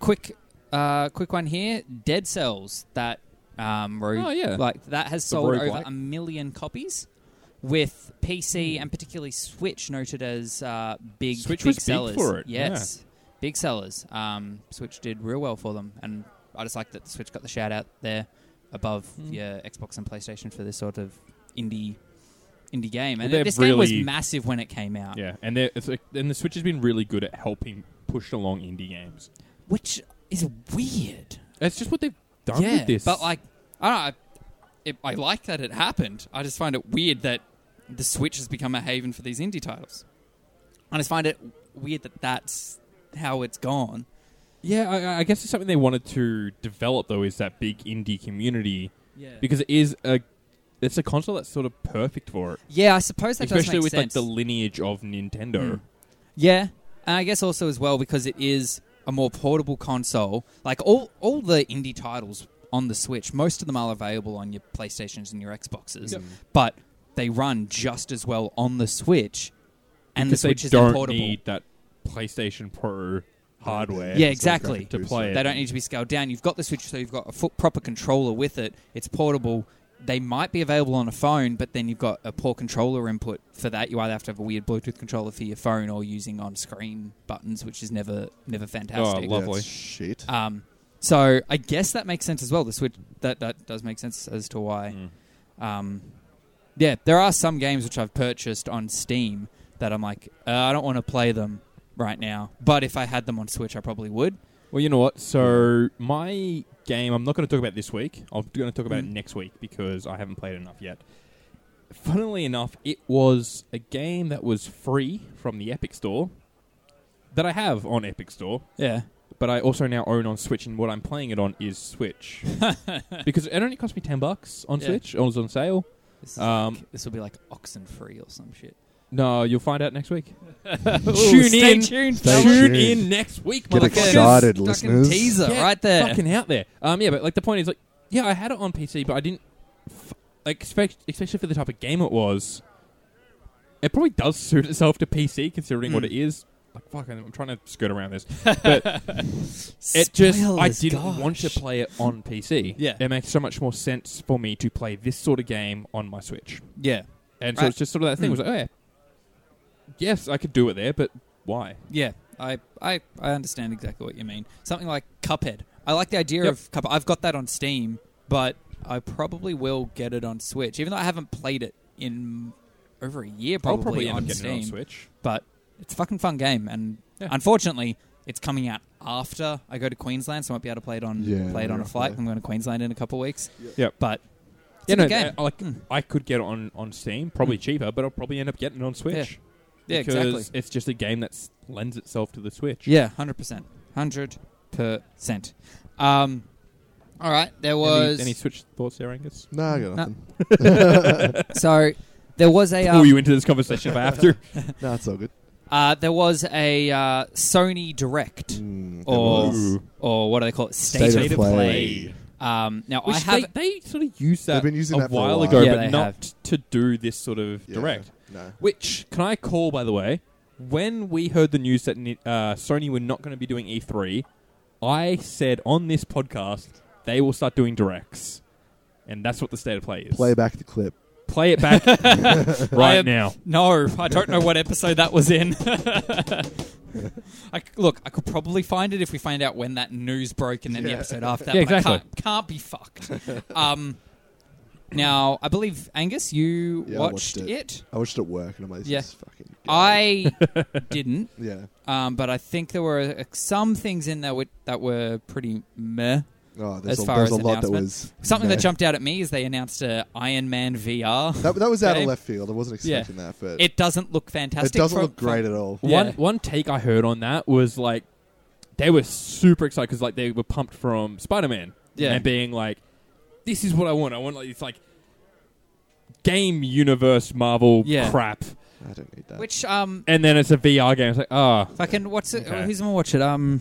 Speaker 1: quick, uh, quick one here. Dead Cells that um, rogue,
Speaker 3: Oh, yeah.
Speaker 1: like that has sold
Speaker 3: roguelike.
Speaker 1: over a million copies. With PC and particularly Switch noted as uh, big,
Speaker 3: Hmm. Switch
Speaker 1: big
Speaker 3: was big
Speaker 1: sellers.
Speaker 3: for it,
Speaker 1: Yes, big sellers. Um, Switch did real well for them, and I just like that the Switch got the shout out there above
Speaker 3: Mm.
Speaker 1: your Xbox and PlayStation for this sort of indie indie game. And
Speaker 3: They're
Speaker 1: this game was
Speaker 3: really-
Speaker 1: massive when it came out.
Speaker 3: Yeah, and there- it's like, and the Switch has been really good at helping push along indie games.
Speaker 1: which is weird.
Speaker 3: That's just what they've done
Speaker 1: yeah,
Speaker 3: with this.
Speaker 1: but like, I don't know. It, I like that it happened. I just find it weird that the Switch has become a haven for these indie titles. I just find it weird that that's how it's gone.
Speaker 3: yeah, I, I guess it's something they wanted to develop though is that big indie community
Speaker 1: Yeah,
Speaker 3: because it is a it's a console that's sort of perfect for it,
Speaker 1: yeah. I suppose that
Speaker 3: especially
Speaker 1: does make
Speaker 3: with
Speaker 1: sense.
Speaker 3: like the lineage of Nintendo.
Speaker 1: Mm. yeah, and I guess also as well because it is a more portable console. Like all all the indie titles on the Switch, most of them are available on your PlayStations and your Xboxes.
Speaker 3: Yep.
Speaker 1: but they run just as well on the Switch, and
Speaker 3: Because
Speaker 1: the Switch
Speaker 3: they
Speaker 1: is
Speaker 3: don't
Speaker 1: portable.
Speaker 3: need that PlayStation Pro hardware.
Speaker 1: Yeah,
Speaker 2: It's not going
Speaker 1: exactly.
Speaker 3: To
Speaker 2: do
Speaker 3: play
Speaker 2: so.
Speaker 3: it.
Speaker 1: they don't need to be scaled down. You've got the Switch, so you've got a fo- proper controller with it. It's portable. They might be available on a phone, but then you've got a poor controller input for that. You either have to have a weird Bluetooth controller for your phone, or using on-screen buttons, which is never never fantastic.
Speaker 3: love- Lovely.
Speaker 2: That's shit.
Speaker 1: um, so I guess that makes sense as well. The Switch that that does make sense as to why.
Speaker 3: Mm.
Speaker 1: Um, yeah, there are some games which I've purchased on Steam that I'm like, uh, I don't want to play them right now. But if I had them on Switch, I probably would.
Speaker 3: Well, you know what? So my game, I'm not going to talk about this week. I'm going to talk about
Speaker 1: Mm.
Speaker 3: it next week because I haven't played enough yet. Funnily enough, it was a game that was free from the Epic Store that I have on Epic Store,
Speaker 1: Yeah.
Speaker 3: but I also now own on Switch, and what I'm playing it on is Switch because it only cost me ten bucks on
Speaker 1: Yeah.
Speaker 3: Switch. It was on sale.
Speaker 1: This, is
Speaker 3: Um,
Speaker 1: like- this will be like oxen free or some shit.
Speaker 3: No, you'll find out next week.
Speaker 1: stay
Speaker 3: in.
Speaker 1: tuned.
Speaker 2: Stay
Speaker 1: fellas.
Speaker 3: Tune
Speaker 2: tuned.
Speaker 3: in next week,
Speaker 2: Get
Speaker 3: motherfuckers.
Speaker 2: excited,
Speaker 1: Fucking
Speaker 2: listeners.
Speaker 1: Teaser
Speaker 3: Get
Speaker 1: right there.
Speaker 3: fucking out there. Um, yeah, but like the point is, like, yeah, I had it on PC, but I didn't f- like, expect, especially for the type of game it was. It probably does suit itself to PC, considering what
Speaker 1: Mm.
Speaker 3: it is. Like, fuck, I'm I'm trying to skirt around this, but it just I
Speaker 1: Spoilers,
Speaker 3: didn't want to
Speaker 1: gosh.
Speaker 3: play it on PC.
Speaker 1: Yeah.
Speaker 3: it makes so much more sense for me to play this sort of game on my Switch,
Speaker 1: Yeah,
Speaker 3: and so
Speaker 1: Right.
Speaker 3: it's just sort of that thing.
Speaker 1: Mm.
Speaker 3: It was like, oh yeah, yes, I could do it there, but why?
Speaker 1: yeah. I, I, I understand exactly what you mean. Something like Cuphead. I like the idea
Speaker 3: Yep.
Speaker 1: of Cuphead. I've got that on Steam, but I probably will get it on Switch, even though I haven't played it in over a year
Speaker 3: I'll
Speaker 1: probably,
Speaker 3: probably end
Speaker 1: on
Speaker 3: up getting
Speaker 1: Steam.
Speaker 3: it on Switch.
Speaker 1: but it's a fucking fun game, and
Speaker 3: Yeah.
Speaker 1: unfortunately, it's coming out after I go to Queensland, so I won't be able to play it on
Speaker 2: Yeah,
Speaker 1: play it on a
Speaker 2: roughly.
Speaker 1: flight. I'm going to Queensland in a couple weeks.
Speaker 3: Yep.
Speaker 1: but it's
Speaker 3: Yeah,
Speaker 1: a
Speaker 3: no,
Speaker 1: good game.
Speaker 3: I, like
Speaker 1: Mm.
Speaker 3: I could get it on on Steam, probably cheaper, but I'll probably end up getting it on Switch.
Speaker 1: Hmm. Yeah,
Speaker 3: because
Speaker 1: exactly.
Speaker 3: It's just a game that s- lends itself to the Switch.
Speaker 1: Yeah, hundred percent, hundred percent. Um, all right, there
Speaker 3: Any-
Speaker 1: was
Speaker 3: any, Switch thoughts there, Angus?
Speaker 2: nah, I got nothing.
Speaker 1: so There was a
Speaker 3: Pull
Speaker 1: um,
Speaker 3: you into this conversation if I have to.
Speaker 2: Nah, it's all good.
Speaker 1: uh, there was a uh, Sony Direct
Speaker 2: Mm, there
Speaker 1: or
Speaker 2: was.
Speaker 3: was.
Speaker 1: or what do they call it?
Speaker 2: State of play.
Speaker 1: Um, now
Speaker 3: Which
Speaker 1: I have
Speaker 3: they, they sort of used that
Speaker 2: They've been using
Speaker 3: a
Speaker 2: that for a
Speaker 3: while
Speaker 2: while.
Speaker 3: ago,
Speaker 1: Yeah,
Speaker 3: but
Speaker 1: they
Speaker 3: not
Speaker 1: have.
Speaker 3: to do this sort of
Speaker 2: Yeah,
Speaker 3: direct.
Speaker 2: No.
Speaker 3: Which can I call, by the way? When we heard the news that Ni- uh, Sony were not going to be doing E3, I said on this podcast they will start doing directs, and that's what the state of play is.
Speaker 2: Play back the clip.
Speaker 3: Play it back
Speaker 1: I
Speaker 3: right
Speaker 1: am-
Speaker 3: now.
Speaker 1: No, I don't know what episode that was in. I c look, I could probably find it if we find out when that news broke and then the
Speaker 2: Yeah.
Speaker 1: episode after that.
Speaker 3: Yeah,
Speaker 1: but I
Speaker 3: exactly.
Speaker 1: can't, can't be fucked. Um, now, I believe, Angus, you
Speaker 2: Yeah, I
Speaker 1: watched,
Speaker 2: watched
Speaker 1: it.
Speaker 2: it. I was just at work and I'm like, this
Speaker 1: Yeah.
Speaker 2: is fucking.
Speaker 1: I didn't,
Speaker 2: Yeah.
Speaker 1: um, but I think there were uh, some things in there whi- that were pretty meh.
Speaker 2: Oh, there's
Speaker 1: As
Speaker 2: a,
Speaker 1: far
Speaker 2: there's
Speaker 1: as
Speaker 2: a lot that
Speaker 1: announcement.
Speaker 2: was
Speaker 1: Something that
Speaker 2: meh.
Speaker 1: jumped out at me is they announced uh, Iron Man VR.
Speaker 2: That, that was out
Speaker 1: Okay.
Speaker 2: of left field. I wasn't
Speaker 1: Yeah.
Speaker 2: expecting that, but
Speaker 1: It doesn't look
Speaker 2: it
Speaker 1: fantastic.
Speaker 2: doesn't
Speaker 1: for-
Speaker 2: look great
Speaker 1: for-
Speaker 2: at all.
Speaker 1: Yeah.
Speaker 3: One one take I heard on that was like they were super excited because like they were pumped from Spider Man,
Speaker 1: Yeah.
Speaker 3: and being like, "This is what I want. I want like it's like game universe Marvel
Speaker 1: Yeah.
Speaker 3: crap."
Speaker 2: I don't need that.
Speaker 1: Which, um,
Speaker 3: And then it's a VR game. It's like, ah,
Speaker 1: fucking, what's it?
Speaker 3: Okay.
Speaker 1: Who's gonna watch it? Um,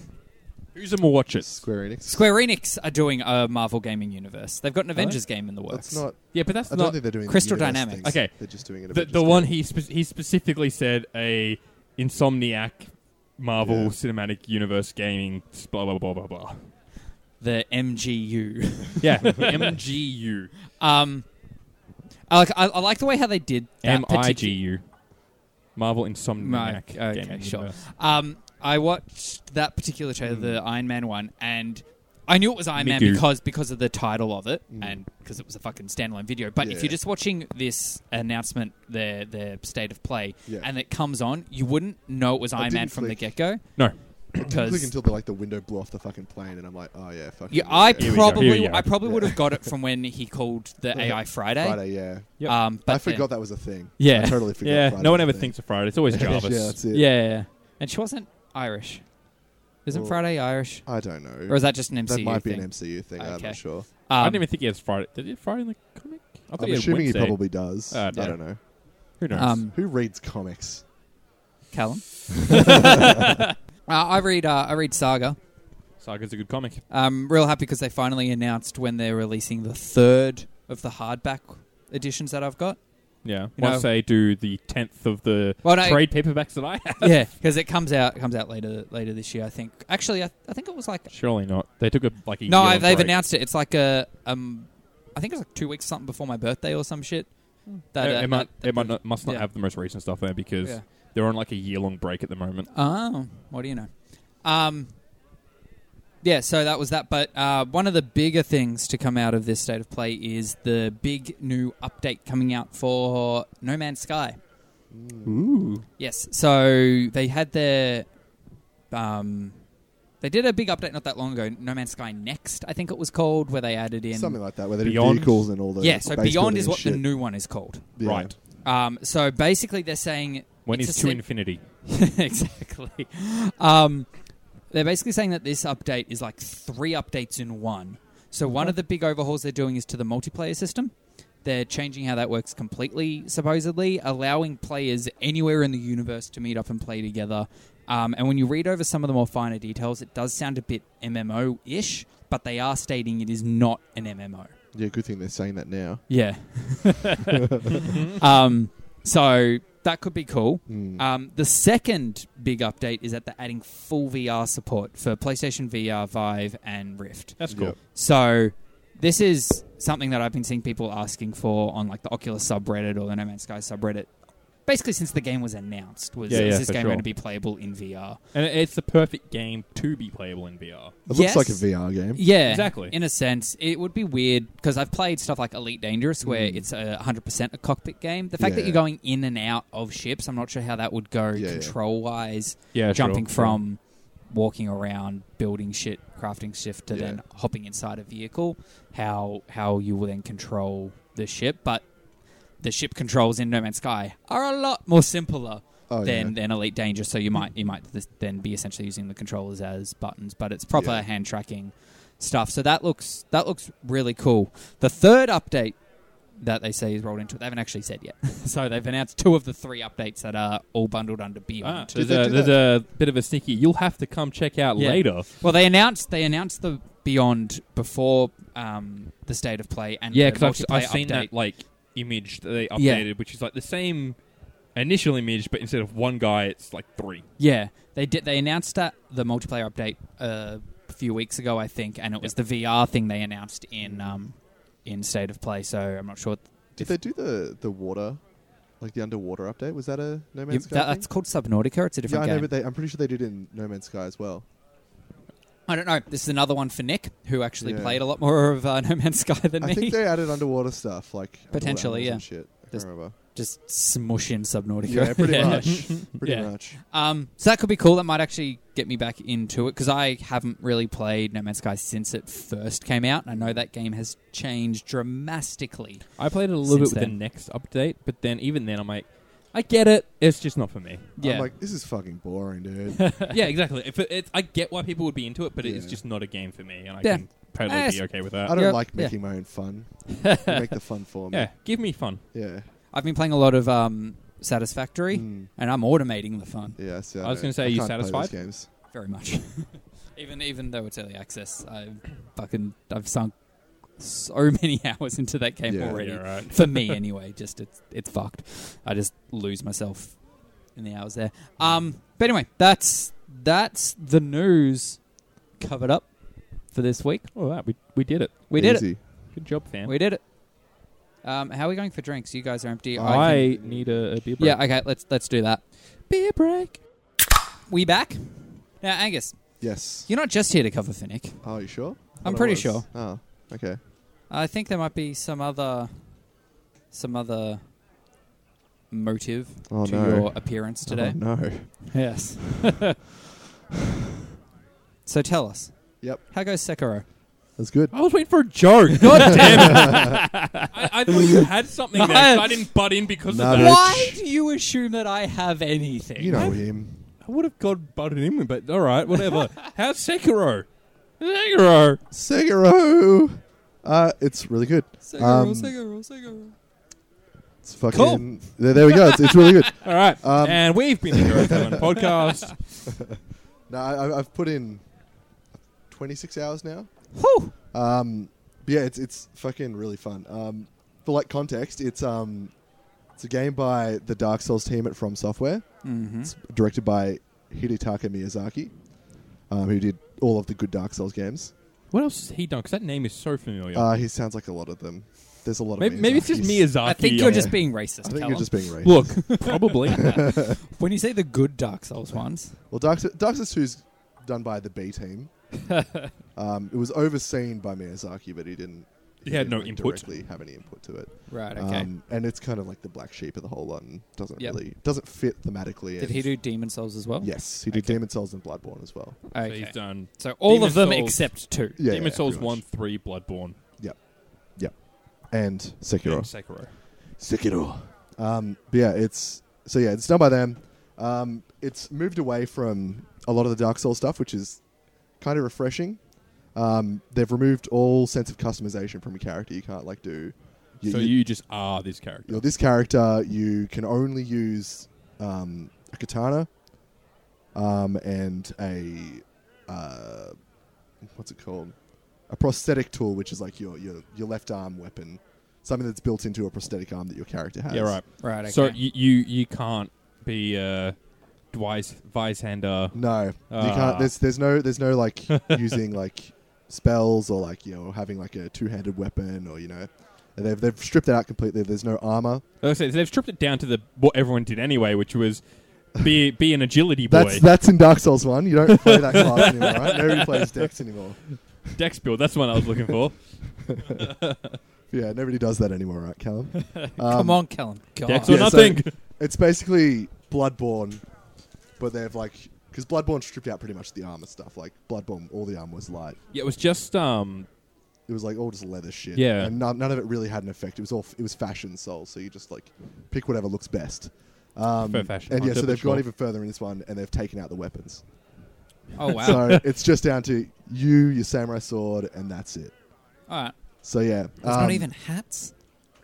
Speaker 3: who's gonna watch it?
Speaker 2: Square Enix.
Speaker 1: Square Enix are doing a Marvel gaming universe. They've got an Avengers game in the works.
Speaker 2: That's not.
Speaker 3: Yeah, but that's
Speaker 2: I
Speaker 3: not
Speaker 2: don't think they're doing
Speaker 1: Crystal
Speaker 2: the universe
Speaker 1: Dynamics.
Speaker 2: things.
Speaker 3: Okay.
Speaker 2: They're just doing it.
Speaker 3: the, the one he spe- he specifically said a Insomniac Marvel
Speaker 2: Yeah.
Speaker 3: Cinematic Universe gaming s- blah blah blah blah blah.
Speaker 1: the MGU.
Speaker 3: Yeah, MGU,
Speaker 1: um, I like I, I like the way how they did that particu-
Speaker 3: MIGU, Marvel
Speaker 1: My-
Speaker 3: Insomniac.
Speaker 1: okay,
Speaker 3: gaming
Speaker 1: sure.
Speaker 3: Universe.
Speaker 1: Um, I watched that particular trailer, the
Speaker 2: Hmm.
Speaker 1: Iron Man one, and I knew it was Iron Man
Speaker 3: Migu.
Speaker 1: because because of the title of it
Speaker 2: Mm.
Speaker 1: and because it was a fucking standalone video. But if
Speaker 2: Yeah.
Speaker 1: you're just watching this announcement, their their state of play,
Speaker 2: Yeah.
Speaker 1: and it comes on, you wouldn't know it was
Speaker 2: I
Speaker 1: Iron Man
Speaker 2: didn't
Speaker 1: from the
Speaker 2: click.
Speaker 1: get go.
Speaker 3: No,
Speaker 2: Because
Speaker 1: because-
Speaker 2: until the like the window blew off the fucking plane, and I'm like, oh yeah, fucking.
Speaker 1: Yeah, I
Speaker 3: Here we go,
Speaker 1: probably,
Speaker 3: here we go.
Speaker 1: I probably would have got it from when he called the AI Friday.
Speaker 2: Friday, yeah.
Speaker 3: Yep.
Speaker 1: Um, but
Speaker 2: I
Speaker 1: then-
Speaker 2: forgot that was a thing.
Speaker 1: Yeah.
Speaker 2: I totally forgot.
Speaker 3: yeah,
Speaker 2: Friday
Speaker 3: no one
Speaker 2: was a
Speaker 3: ever
Speaker 2: thing.
Speaker 3: thinks of Friday. It's always Jarvis.
Speaker 2: yeah, that's it.
Speaker 1: Yeah, yeah, yeah. and she wasn't Irish. Isn't
Speaker 2: Well-
Speaker 1: Friday Irish,
Speaker 2: I don't know.
Speaker 1: or is that just an MCU
Speaker 2: that might be
Speaker 1: thing?
Speaker 2: an MCU thing. I'm
Speaker 1: Okay.
Speaker 2: not sure.
Speaker 1: Um,
Speaker 3: I didn't even think he has Friday. Did he have Friday in the comic? I thought
Speaker 2: I'm
Speaker 3: he had
Speaker 2: assuming he
Speaker 3: Wednesday.
Speaker 2: probably does.
Speaker 3: Uh,
Speaker 2: I
Speaker 3: yeah.
Speaker 2: don't know.
Speaker 3: Who knows?
Speaker 1: um,
Speaker 2: Who reads comics?
Speaker 1: Callum. uh, I read. Uh, I read Saga.
Speaker 3: Saga's a good comic.
Speaker 1: I'm real happy because they finally announced when they're releasing the third of the hardback editions that I've got.
Speaker 3: Yeah.
Speaker 1: You know-
Speaker 3: Once they do the tenth of the
Speaker 1: Well, no,
Speaker 3: trade paperbacks that I have,
Speaker 1: yeah, because it comes out it comes out later later this year. I think. Actually, I, I think it was like
Speaker 3: surely not. They took a like a
Speaker 1: No,
Speaker 3: year
Speaker 1: I,
Speaker 3: long
Speaker 1: they've
Speaker 3: break.
Speaker 1: announced it. It's like a um, I think it's like two weeks something before my birthday or some shit. That,
Speaker 3: it,
Speaker 1: uh,
Speaker 3: it might,
Speaker 1: that-
Speaker 3: it might not, must not
Speaker 1: yeah.
Speaker 3: have the most recent stuff there because
Speaker 1: Yeah.
Speaker 3: they're on like a year long break at the moment.
Speaker 1: Oh, what do you know? Um, yeah. So that was that. But uh, one of the bigger things to come out of this state of play is the big new update coming out for No Man's Sky. Mm.
Speaker 3: Ooh,
Speaker 1: Yes. So they had their um. They did a big update not that long ago, No Man's Sky Next, I think it was called, where they added in
Speaker 2: Something like that, where they do
Speaker 3: Beyond?
Speaker 2: vehicles and all the
Speaker 1: Yeah, so
Speaker 2: base
Speaker 1: Beyond
Speaker 2: building
Speaker 1: is
Speaker 2: and
Speaker 1: what
Speaker 2: shit.
Speaker 1: the new one is called.
Speaker 2: Yeah.
Speaker 3: right.
Speaker 1: Um, so basically, they're saying
Speaker 3: When
Speaker 1: it's
Speaker 3: is
Speaker 1: a
Speaker 3: two
Speaker 1: sim-
Speaker 3: infinity?
Speaker 1: exactly. Um, they're basically saying that this update is like three updates in one. So one of the big overhauls they're doing is to the multiplayer system. They're changing how that works completely, supposedly, allowing players anywhere in the universe to meet up and play together. Um, and when you read over some of the more finer details, it does sound a bit MMO ish, but they are stating it is not an MMO.
Speaker 2: Yeah, good thing they're saying that now.
Speaker 1: Yeah. um, so that could be cool.
Speaker 2: Mm.
Speaker 1: Um, the second big update is that they're adding full VR support for PlayStation VR, Vive, and Rift.
Speaker 3: That's cool.
Speaker 2: Yep.
Speaker 1: So this is something that I've been seeing people asking for on like the Oculus subreddit or the No Man's Sky subreddit. Basically, since the game was announced, was
Speaker 3: Yeah,
Speaker 1: is
Speaker 3: yeah,
Speaker 1: this
Speaker 3: for
Speaker 1: game
Speaker 3: sure.
Speaker 1: going to be playable in VR?
Speaker 3: And it- it's the perfect game to be playable in VR.
Speaker 2: It looks
Speaker 1: yes.
Speaker 2: like a VR game.
Speaker 1: Yeah,
Speaker 3: Exactly.
Speaker 1: In a sense, it would be weird because I've played stuff like Elite Dangerous,
Speaker 3: Mm.
Speaker 1: where it's a hundred percent a cockpit game. The fact that
Speaker 2: Yeah.
Speaker 1: you're going in and out of ships, I'm not sure how that would go
Speaker 2: Yeah, yeah.
Speaker 1: control wise.
Speaker 3: Yeah,
Speaker 1: jumping from walking around, building shit, crafting shit, to
Speaker 2: Yeah.
Speaker 1: then hopping inside a vehicle. How how you will then control the ship, but the ship controls in No Man's Sky are a lot more simpler
Speaker 2: Oh,
Speaker 1: than,
Speaker 2: yeah.
Speaker 1: than Elite Danger. So you might you might th- then be essentially using the controllers as buttons, but it's proper
Speaker 2: Yeah.
Speaker 1: hand tracking stuff. So that looks that looks really cool. The third update that they say is rolled into it. They haven't actually said yet. so they've announced two of the three updates that are all bundled under
Speaker 3: Ah,
Speaker 1: Beyond.
Speaker 3: there's
Speaker 2: Did they
Speaker 3: a,
Speaker 2: do
Speaker 3: there's a bit of a sneaky. You'll have to come check out
Speaker 1: Yeah.
Speaker 3: later.
Speaker 1: Well, they announced they announced the Beyond before um, the state of play and
Speaker 3: Yeah,
Speaker 1: the
Speaker 3: because
Speaker 1: multiplayer
Speaker 3: I've, I've seen
Speaker 1: update.
Speaker 3: that like image that they updated,
Speaker 1: Yeah.
Speaker 3: which is like the same initial image, but instead of one guy, it's like three.
Speaker 1: Yeah, they did. They announced that the multiplayer update uh, a few weeks ago, I think, and it was the VR thing they announced in um, in State of Play. So I'm not sure.
Speaker 2: Did they do the the water, like the underwater update? Was that a No
Speaker 1: Yeah,
Speaker 2: Man's Sky?
Speaker 1: that-
Speaker 2: thing?
Speaker 1: that's called Subnautica. It's a
Speaker 2: yeah,
Speaker 1: different
Speaker 2: I know,
Speaker 1: game.
Speaker 2: but they, I'm pretty sure they did in No Man's Sky as well.
Speaker 1: I don't know. This is another one for Nick, who actually
Speaker 2: Yeah.
Speaker 1: played a lot more of uh, No Man's Sky than
Speaker 2: I
Speaker 1: me.
Speaker 2: think they added underwater stuff, like underwater
Speaker 1: Potentially,
Speaker 2: animals and Shit, I
Speaker 1: Just-
Speaker 2: can't remember.
Speaker 1: Just smush in Subnautica.
Speaker 2: Yeah, pretty much. Pretty
Speaker 1: Yeah.
Speaker 2: much.
Speaker 1: Um, so that could be cool. That might actually get me back into it because I haven't really played No Man's Sky since it first came out. I know that game has changed dramatically.
Speaker 3: I played it a little
Speaker 1: Since
Speaker 3: bit with
Speaker 1: then.
Speaker 3: the next update, but then even then, I'm like, I get it. It's just not for me.
Speaker 1: Yeah,
Speaker 2: I'm like, this is fucking boring, dude.
Speaker 3: yeah, exactly. If it, it's, I get why people would be into it, but it is
Speaker 2: Yeah.
Speaker 3: just not a game for me, and I
Speaker 1: Yeah.
Speaker 3: can totally
Speaker 1: Eh,
Speaker 3: be okay with
Speaker 2: I
Speaker 3: that.
Speaker 2: don't
Speaker 1: Yeah,
Speaker 2: like
Speaker 1: yeah.
Speaker 2: making my own fun. You make the fun for me.
Speaker 3: Yeah, give me fun.
Speaker 2: Yeah.
Speaker 1: I've been playing a lot of um, Satisfactory,
Speaker 2: Mm.
Speaker 1: and I'm automating the fun
Speaker 2: Yeah, see, I,
Speaker 3: I was
Speaker 2: don't-
Speaker 3: gonna say,
Speaker 2: I
Speaker 3: are you
Speaker 2: can't play those
Speaker 3: satisfied?
Speaker 2: Games.
Speaker 1: very much. even even though it's early access, I fucking I've sunk so many hours into that game
Speaker 2: Yeah.
Speaker 1: already.
Speaker 3: Yeah, right.
Speaker 1: For me, anyway, just it's it's fucked. I just lose myself in the hours there. Um, but anyway, that's that's the news covered up for this week.
Speaker 3: All right, we we did it.
Speaker 1: We did
Speaker 2: Easy.
Speaker 3: it. Good job, fam.
Speaker 1: it. We did it. Um, how are we going for drinks? You guys are empty.
Speaker 3: I,
Speaker 1: can-
Speaker 3: need a, a beer break.
Speaker 1: yeah. Okay, let's let's do that.
Speaker 3: beer break.
Speaker 1: We back now, Angus.
Speaker 2: Yes.
Speaker 1: You're not just here to cover for Nick.
Speaker 2: Oh, are you sure?
Speaker 1: I'm
Speaker 2: Thought I
Speaker 1: pretty
Speaker 2: was.
Speaker 1: sure.
Speaker 2: Oh, okay.
Speaker 1: I think there might be some other, some other motive
Speaker 2: Oh,
Speaker 1: to
Speaker 2: no.
Speaker 1: your appearance today.
Speaker 2: Oh, no.
Speaker 1: Yes. so tell us.
Speaker 2: Yep.
Speaker 1: How goes Sekiro?
Speaker 2: That's good.
Speaker 3: I was waiting for a joke. God damn it! I, I thought you had something there. so I didn't butt in because
Speaker 2: No,
Speaker 3: of that.
Speaker 2: bitch.
Speaker 1: Why do you assume that I have anything?
Speaker 2: You know him.
Speaker 3: I would have got butted in with, but all right, whatever. How's Sekiro? Sekiro.
Speaker 2: Seguro! Uh, it's really good.
Speaker 1: Sekiro,
Speaker 2: Um,
Speaker 1: Sekiro, Sekiro.
Speaker 2: It's fucking. There, there we go. It's, it's really good.
Speaker 3: All right,
Speaker 2: Um,
Speaker 3: and we've been the Hero Talent podcast.
Speaker 2: No, I, I- I've put in 26 hours now.
Speaker 1: Whew.
Speaker 2: Um, but yeah, it's it's fucking really fun. Um, for like context, it's um, it's a game by the Dark Souls team at From Software.
Speaker 1: Mm-hmm.
Speaker 2: It's directed by Hidetaka Miyazaki, um, who did all of the good Dark Souls games.
Speaker 3: What else has he done? Because that name is so familiar.
Speaker 2: Uh, he sounds like a lot of them. There's a lot of
Speaker 3: maybe, maybe it's just
Speaker 2: Miyazakis.
Speaker 3: Miyazaki.
Speaker 1: I think
Speaker 3: on
Speaker 1: you're just
Speaker 3: it.
Speaker 1: being
Speaker 2: I
Speaker 1: racist.
Speaker 2: think
Speaker 1: Callum.
Speaker 2: you're just being racist.
Speaker 3: look probably.
Speaker 1: when you say the good Dark Souls ones,
Speaker 2: Well, Dark, Sou- Dark Souls 2 is done by the B team. um, it was overseen by Miyazaki, but he didn't.
Speaker 3: He had
Speaker 2: didn't,
Speaker 3: no
Speaker 2: like,
Speaker 3: input.
Speaker 2: Directly have any input to it.
Speaker 1: right? Okay.
Speaker 2: Um, and it's kind of like the black sheep of the whole lot, and doesn't
Speaker 1: Yep.
Speaker 2: really doesn't fit thematically.
Speaker 1: Did
Speaker 2: and-
Speaker 1: he do Demon Souls as well?
Speaker 2: Yes, he did
Speaker 1: Okay.
Speaker 2: Demon Souls and Bloodborne as well.
Speaker 3: So he's
Speaker 1: Okay.
Speaker 3: done
Speaker 1: So all
Speaker 3: Demon
Speaker 1: of them
Speaker 3: Souls.
Speaker 1: except two.
Speaker 2: Yeah,
Speaker 3: Demon
Speaker 2: yeah,
Speaker 3: Souls
Speaker 2: pretty
Speaker 3: one,
Speaker 2: much.
Speaker 3: three, Bloodborne,
Speaker 2: and Sekiro.
Speaker 3: and Sekiro.
Speaker 2: Sekiro. Um, but yeah, it's so yeah, it's done by them. Um, it's moved away from a lot of the Dark Souls stuff, which is kind of refreshing. Um, they've removed all sense of customization from a character. You can't like do. You,
Speaker 3: so
Speaker 2: you,
Speaker 3: you just are this character.
Speaker 2: are this character. You can only use um, a katana um, and a uh, what's it called? A prosthetic tool, which is like your your your left arm weapon, something that's built into a prosthetic arm that your character has.
Speaker 3: Yeah, right.
Speaker 1: Right. Okay.
Speaker 3: So you, you you can't be uh, Dwight's Weishander.
Speaker 2: No, you
Speaker 3: Ah.
Speaker 2: can't. There's there's no there's no like using like spells or like you know having like a two handed weapon or you know they've they've stripped that out completely. There's no armor.
Speaker 3: Like I said, they've stripped it down to the what everyone did anyway, which was be be an agility boy.
Speaker 2: That's that's in Dark Souls one. You don't play that class anymore. Right? Nobody plays Dex anymore.
Speaker 3: Dex build. That's the one I was looking for.
Speaker 2: Yeah, nobody does that anymore, right, Callum? Um,
Speaker 1: Come on, Callum. God.
Speaker 3: Dex or
Speaker 2: Yeah, so-
Speaker 3: nothing.
Speaker 2: It's basically Bloodborne, but they've like because Bloodborne stripped out pretty much the armor stuff. Like Bloodborne, all the armor was light.
Speaker 3: yeah, it was just um.
Speaker 2: It was like all just leather shit.
Speaker 3: Yeah.
Speaker 2: and none, none of it really had an effect. It was all f- it was fashion Souls, so you just like pick whatever looks best. Um,
Speaker 3: Fair fashion.
Speaker 2: And yeah, so
Speaker 3: Concept
Speaker 2: they've
Speaker 3: as well.
Speaker 2: gone even further in this one, and they've taken out the weapons.
Speaker 1: Oh wow.
Speaker 2: So it's just down to you, your samurai sword, and that's it.
Speaker 1: All right.
Speaker 2: So yeah,
Speaker 1: There's
Speaker 2: um,
Speaker 1: not even hats.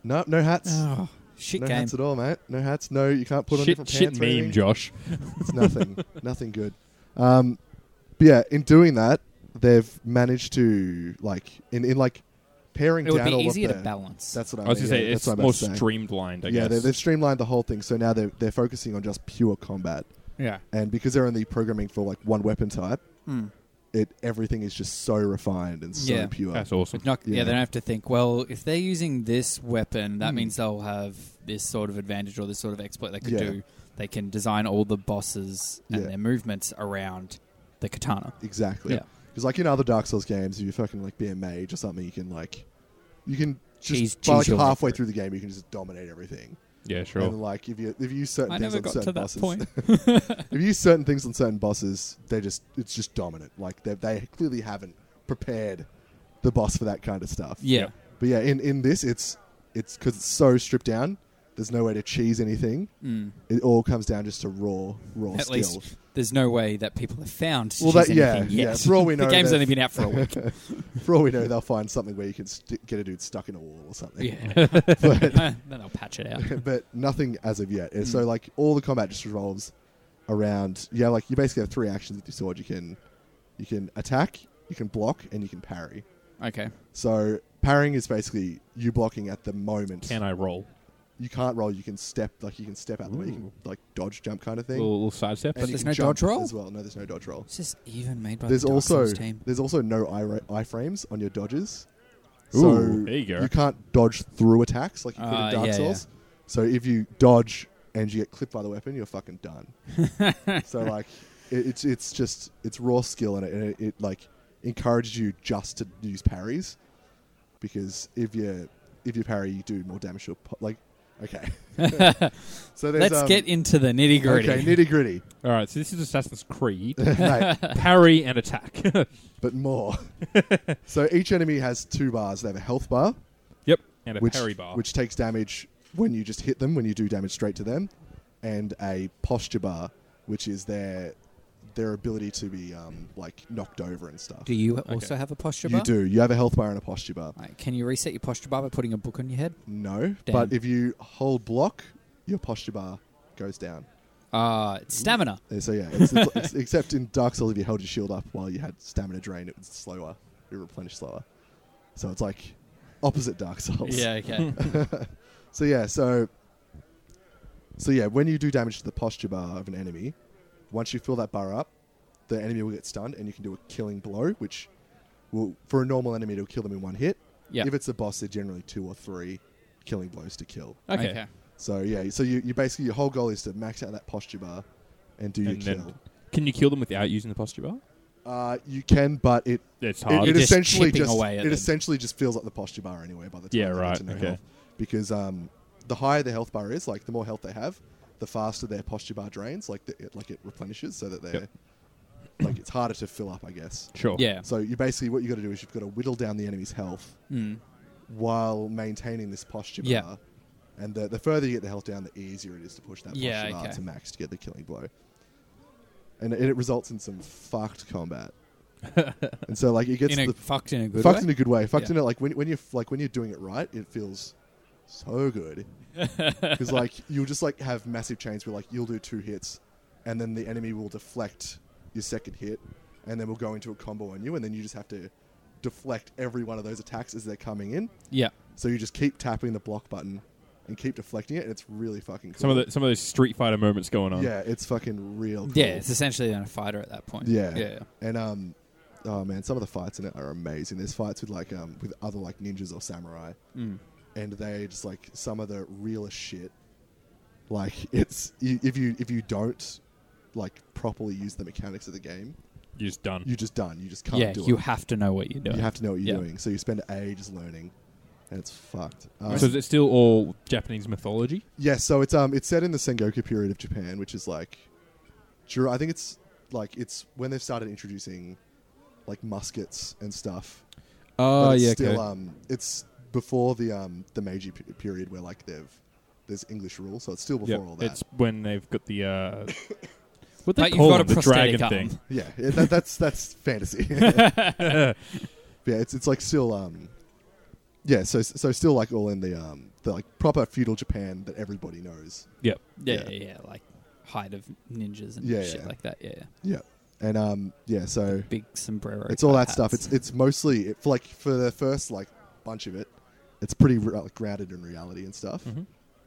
Speaker 2: No, no hats.
Speaker 1: Oh, shit
Speaker 2: no
Speaker 1: game.
Speaker 2: hats at all, mate. No hats. No, you can't put on
Speaker 3: shit,
Speaker 2: different
Speaker 3: shit
Speaker 2: pants. or
Speaker 3: meme,
Speaker 2: anything.
Speaker 3: Josh.
Speaker 2: It's nothing. nothing good. Um, but yeah, in doing that, they've managed to like in in like pairing
Speaker 1: It would
Speaker 2: down
Speaker 1: be
Speaker 2: all of
Speaker 1: easier to
Speaker 2: their-
Speaker 1: balance.
Speaker 2: That's what I,
Speaker 3: I was
Speaker 2: mean,
Speaker 3: gonna say
Speaker 2: Uh, yeah,
Speaker 3: it's
Speaker 2: that's what I'm about
Speaker 3: more
Speaker 2: to say.
Speaker 3: streamlined. I
Speaker 2: yeah, they,
Speaker 3: guess.
Speaker 2: they've streamlined the whole thing, so now they're they're focusing on just pure combat,
Speaker 3: yeah.
Speaker 2: and because they're only programming for like one weapon type,
Speaker 1: Mm.
Speaker 2: it everything is just so refined and so
Speaker 1: Yeah.
Speaker 2: pure.
Speaker 3: That's awesome.
Speaker 1: It's not, yeah.
Speaker 2: Yeah.
Speaker 1: they don't have to think. Well, if they're using this weapon, that
Speaker 2: Hmm.
Speaker 1: means they'll have this sort of advantage or this sort of exploit they could
Speaker 2: Yeah.
Speaker 1: do. They can design all the bosses and
Speaker 2: Yeah.
Speaker 1: their movements around the katana.
Speaker 2: Exactly.
Speaker 1: Yeah.
Speaker 2: Because like in other Dark Souls games, if you fucking like be a mage or something, you can like, you can just
Speaker 1: Cheese-
Speaker 2: by like
Speaker 1: cheese your way
Speaker 2: halfway
Speaker 1: through
Speaker 2: through the game, you can just dominate everything.
Speaker 3: Yeah,
Speaker 2: And
Speaker 3: sure.
Speaker 2: like if you if you use certain
Speaker 1: I
Speaker 2: things
Speaker 1: never got
Speaker 2: on
Speaker 1: to
Speaker 2: certain
Speaker 1: that
Speaker 2: bosses,
Speaker 1: point.
Speaker 2: if you use certain things on certain bosses, they just it's just dominant. Like they they clearly haven't prepared the boss for that kind of stuff.
Speaker 1: Yeah.
Speaker 3: Yep.
Speaker 2: But yeah, in in this, it's it's because it's so stripped down. There's no way to cheese anything.
Speaker 1: Mm.
Speaker 2: It all comes down just to raw raw
Speaker 1: At
Speaker 2: skill.
Speaker 1: least there's no way that people have found. to
Speaker 2: Well,
Speaker 1: choose
Speaker 2: that- yeah,
Speaker 1: anything
Speaker 2: yeah.
Speaker 1: yet.
Speaker 2: For all we know,
Speaker 1: the game's
Speaker 2: they've-
Speaker 1: only been out for a week.
Speaker 2: For all we know, they'll find something where you can st- get a dude stuck in a wall or something.
Speaker 1: yeah,
Speaker 2: But-
Speaker 1: then they'll patch it out.
Speaker 2: but nothing as of yet. And
Speaker 3: Hmm.
Speaker 2: so
Speaker 1: Mm.
Speaker 2: like all the combat just revolves around yeah, like you basically have three actions with your sword. You can you can attack, you can block, and you can parry.
Speaker 1: Okay.
Speaker 2: So parrying is basically you blocking at the moment.
Speaker 3: Can I roll?
Speaker 2: You can't roll. You can step like you can step out the way. You can
Speaker 3: Ooh.
Speaker 2: like dodge jump kind of thing.
Speaker 3: Little, little sidestep.
Speaker 2: And you
Speaker 1: there's
Speaker 2: can
Speaker 1: no
Speaker 2: jump
Speaker 1: dodge roll?
Speaker 2: as well. No, there's no dodge roll.
Speaker 1: It's just even made by
Speaker 2: There's
Speaker 1: the Dark
Speaker 2: also
Speaker 1: Souls team.
Speaker 2: there's also no eye, ra- eye frames on your dodges.
Speaker 3: Ooh, there you go.
Speaker 2: you can't dodge through attacks like you could
Speaker 1: Uh,
Speaker 2: in Dark
Speaker 1: yeah,
Speaker 2: Souls. So if you dodge and you get clipped by the weapon, you're fucking done. so like, it, it's it's just it's raw skill in it, and it, it like encourages you just to use parries because if you if you parry, you do more damage. to your po- Like, okay. so there's,
Speaker 1: Let's
Speaker 2: um,
Speaker 1: get into the nitty gritty.
Speaker 2: okay nitty gritty,
Speaker 3: All right, so this is Assassin's Creed.
Speaker 2: Mate,
Speaker 3: Parry and attack.
Speaker 2: but more. so each enemy has two bars. They have a health bar,
Speaker 3: yep, and a
Speaker 2: which,
Speaker 3: parry bar.
Speaker 2: which takes damage when you just hit them, when you do damage straight to them, and a posture bar, which is their their ability to be um, like knocked over and stuff.
Speaker 1: do you also have a posture
Speaker 2: you
Speaker 1: bar?
Speaker 2: do. You have a health bar and a posture bar.
Speaker 1: Like, can you reset your posture bar by putting a book on your head?
Speaker 2: No,
Speaker 1: Damn.
Speaker 2: but if you hold block, your posture bar goes down.
Speaker 1: Uh, it's stamina.
Speaker 2: Uh, So yeah, it's, it's, it's- except in Dark Souls, if you held your shield up while you had stamina drain, it was slower. It replenished slower. So it's like opposite Dark Souls.
Speaker 1: okay.
Speaker 2: So yeah, so so yeah, when you do damage to the posture bar of an enemy, once you fill that bar up, the enemy will get stunned, and you can do a killing blow, which will for a normal enemy it'll kill them in one hit.
Speaker 1: Yeah.
Speaker 2: If it's a boss, they're generally two or three killing blows to kill.
Speaker 3: okay.
Speaker 2: So yeah, so you, you basically your whole goal is to max out that posture bar and do your
Speaker 3: And
Speaker 2: kill.
Speaker 3: then, can you kill them without using the posture bar?
Speaker 2: Uh, you can, but it
Speaker 3: It's hard.
Speaker 2: it, it
Speaker 1: You're just
Speaker 2: essentially
Speaker 1: chipping
Speaker 2: just
Speaker 1: away at
Speaker 2: it
Speaker 1: them.
Speaker 2: essentially just feels like the posture bar anyway. By the time
Speaker 3: Yeah,
Speaker 2: they get
Speaker 3: right,
Speaker 2: to no
Speaker 3: okay.
Speaker 2: health. because um, the higher the health bar is, like the more health they have, the faster their posture bar drains, like the, it, like it replenishes, so that they're
Speaker 3: Yep.
Speaker 2: like it's harder to fill up, I guess.
Speaker 3: sure.
Speaker 1: Yeah.
Speaker 2: So you basically what you got to do is you've got to whittle down the enemy's health
Speaker 1: Mm.
Speaker 2: while maintaining this posture
Speaker 1: Yeah.
Speaker 2: bar. And the, the further you get the health down, the easier it is to push that posture
Speaker 1: Yeah,
Speaker 2: bar
Speaker 1: okay.
Speaker 2: to max to get the killing blow. And it, it results in some fucked combat. and so like it gets
Speaker 1: In
Speaker 2: to
Speaker 1: a,
Speaker 2: the
Speaker 1: fucked in a good
Speaker 2: fucked
Speaker 1: way.
Speaker 2: in a good way. Fucked
Speaker 1: Yeah.
Speaker 2: in it like when when you like when you're doing it right, it feels so good because like you'll just like have massive chains where like you'll do two hits, and then the enemy will deflect your second hit, and then we'll go into a combo on you, and then you just have to deflect every one of those attacks as they're coming in.
Speaker 1: yeah.
Speaker 2: So you just keep tapping the block button and keep deflecting it, and it's really fucking cool.
Speaker 3: Some of the some of those Street Fighter moments going on.
Speaker 2: yeah, it's fucking real. Cool.
Speaker 1: Yeah, it's essentially then a fighter at that point.
Speaker 2: Yeah.
Speaker 1: Yeah.
Speaker 2: And um, oh man, some of the fights in it are amazing. There's fights with like um with other like ninjas or samurai,
Speaker 1: Mm.
Speaker 2: and they just like some of the realest shit. Like it's you, if you if you don't like properly use the mechanics of the game,
Speaker 3: You're just done.
Speaker 2: you're just done. You just can't
Speaker 1: Yeah,
Speaker 2: do
Speaker 1: you
Speaker 2: it.
Speaker 1: have to know what you're doing.
Speaker 2: you have to know what you're
Speaker 1: Yeah.
Speaker 2: doing. So you spend ages learning, and it's fucked. Um,
Speaker 3: so is it still all Japanese mythology?
Speaker 2: Yeah, so it's um it's set in the Sengoku period of Japan, which is like, dur- I think it's like it's when they've started introducing like muskets and stuff.
Speaker 1: Uh,
Speaker 3: Oh
Speaker 2: But it's still um it's before the um the Meiji pe- period where like they've there's English rule, so it's still before all that.
Speaker 3: It's when they've got the uh,
Speaker 1: But
Speaker 3: what they
Speaker 1: you've
Speaker 3: call
Speaker 1: got a
Speaker 3: them, the dragon
Speaker 1: prosthetic arm.
Speaker 3: thing.
Speaker 2: Yeah, yeah, that, that's that's fantasy. yeah, it's it's like still um yeah, so so still like all in the um the like proper feudal Japan that everybody knows.
Speaker 3: Yep.
Speaker 1: Yeah,
Speaker 2: Yeah.
Speaker 1: yeah, yeah, like height of ninjas and
Speaker 2: Yeah,
Speaker 1: shit
Speaker 2: yeah.
Speaker 1: like that. Yeah, yeah.
Speaker 2: Yeah, and um yeah, so
Speaker 1: big sombrero.
Speaker 2: it's all
Speaker 1: type
Speaker 2: that stuff.
Speaker 1: hats.
Speaker 2: It's it's mostly it, for like for the first like bunch of it, it's pretty re- like, grounded in reality and stuff.
Speaker 3: Mhm.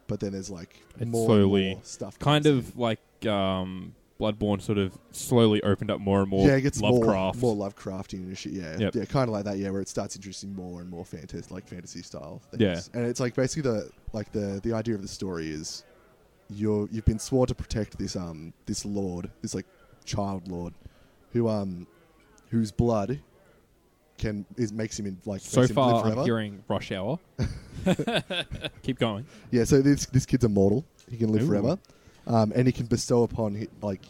Speaker 2: But then there's like
Speaker 3: It's
Speaker 2: more
Speaker 3: slowly
Speaker 2: and more stuff.
Speaker 3: Kind
Speaker 2: comes
Speaker 3: of like um, Bloodborne sort of slowly opened up more and
Speaker 2: in.
Speaker 3: more
Speaker 2: yeah, it gets
Speaker 3: Lovecraft.
Speaker 2: more more Lovecraftian and shit. Yeah,
Speaker 3: Yep.
Speaker 2: yeah, kind of like that. Yeah, where it starts introducing more and more fantasy like fantasy style. Things.
Speaker 3: Yeah.
Speaker 2: and it's like basically the like the the idea of the story is you're you've been sworn to protect this um this lord this like child lord who um whose blood can is makes him in like
Speaker 3: so
Speaker 2: makes him live
Speaker 3: far,
Speaker 2: forever.
Speaker 3: I'm hearing Rush Hour. Keep going.
Speaker 2: Yeah, so this this kid's immortal. He can live
Speaker 3: Ooh.
Speaker 2: forever, um, and he can bestow upon hi- like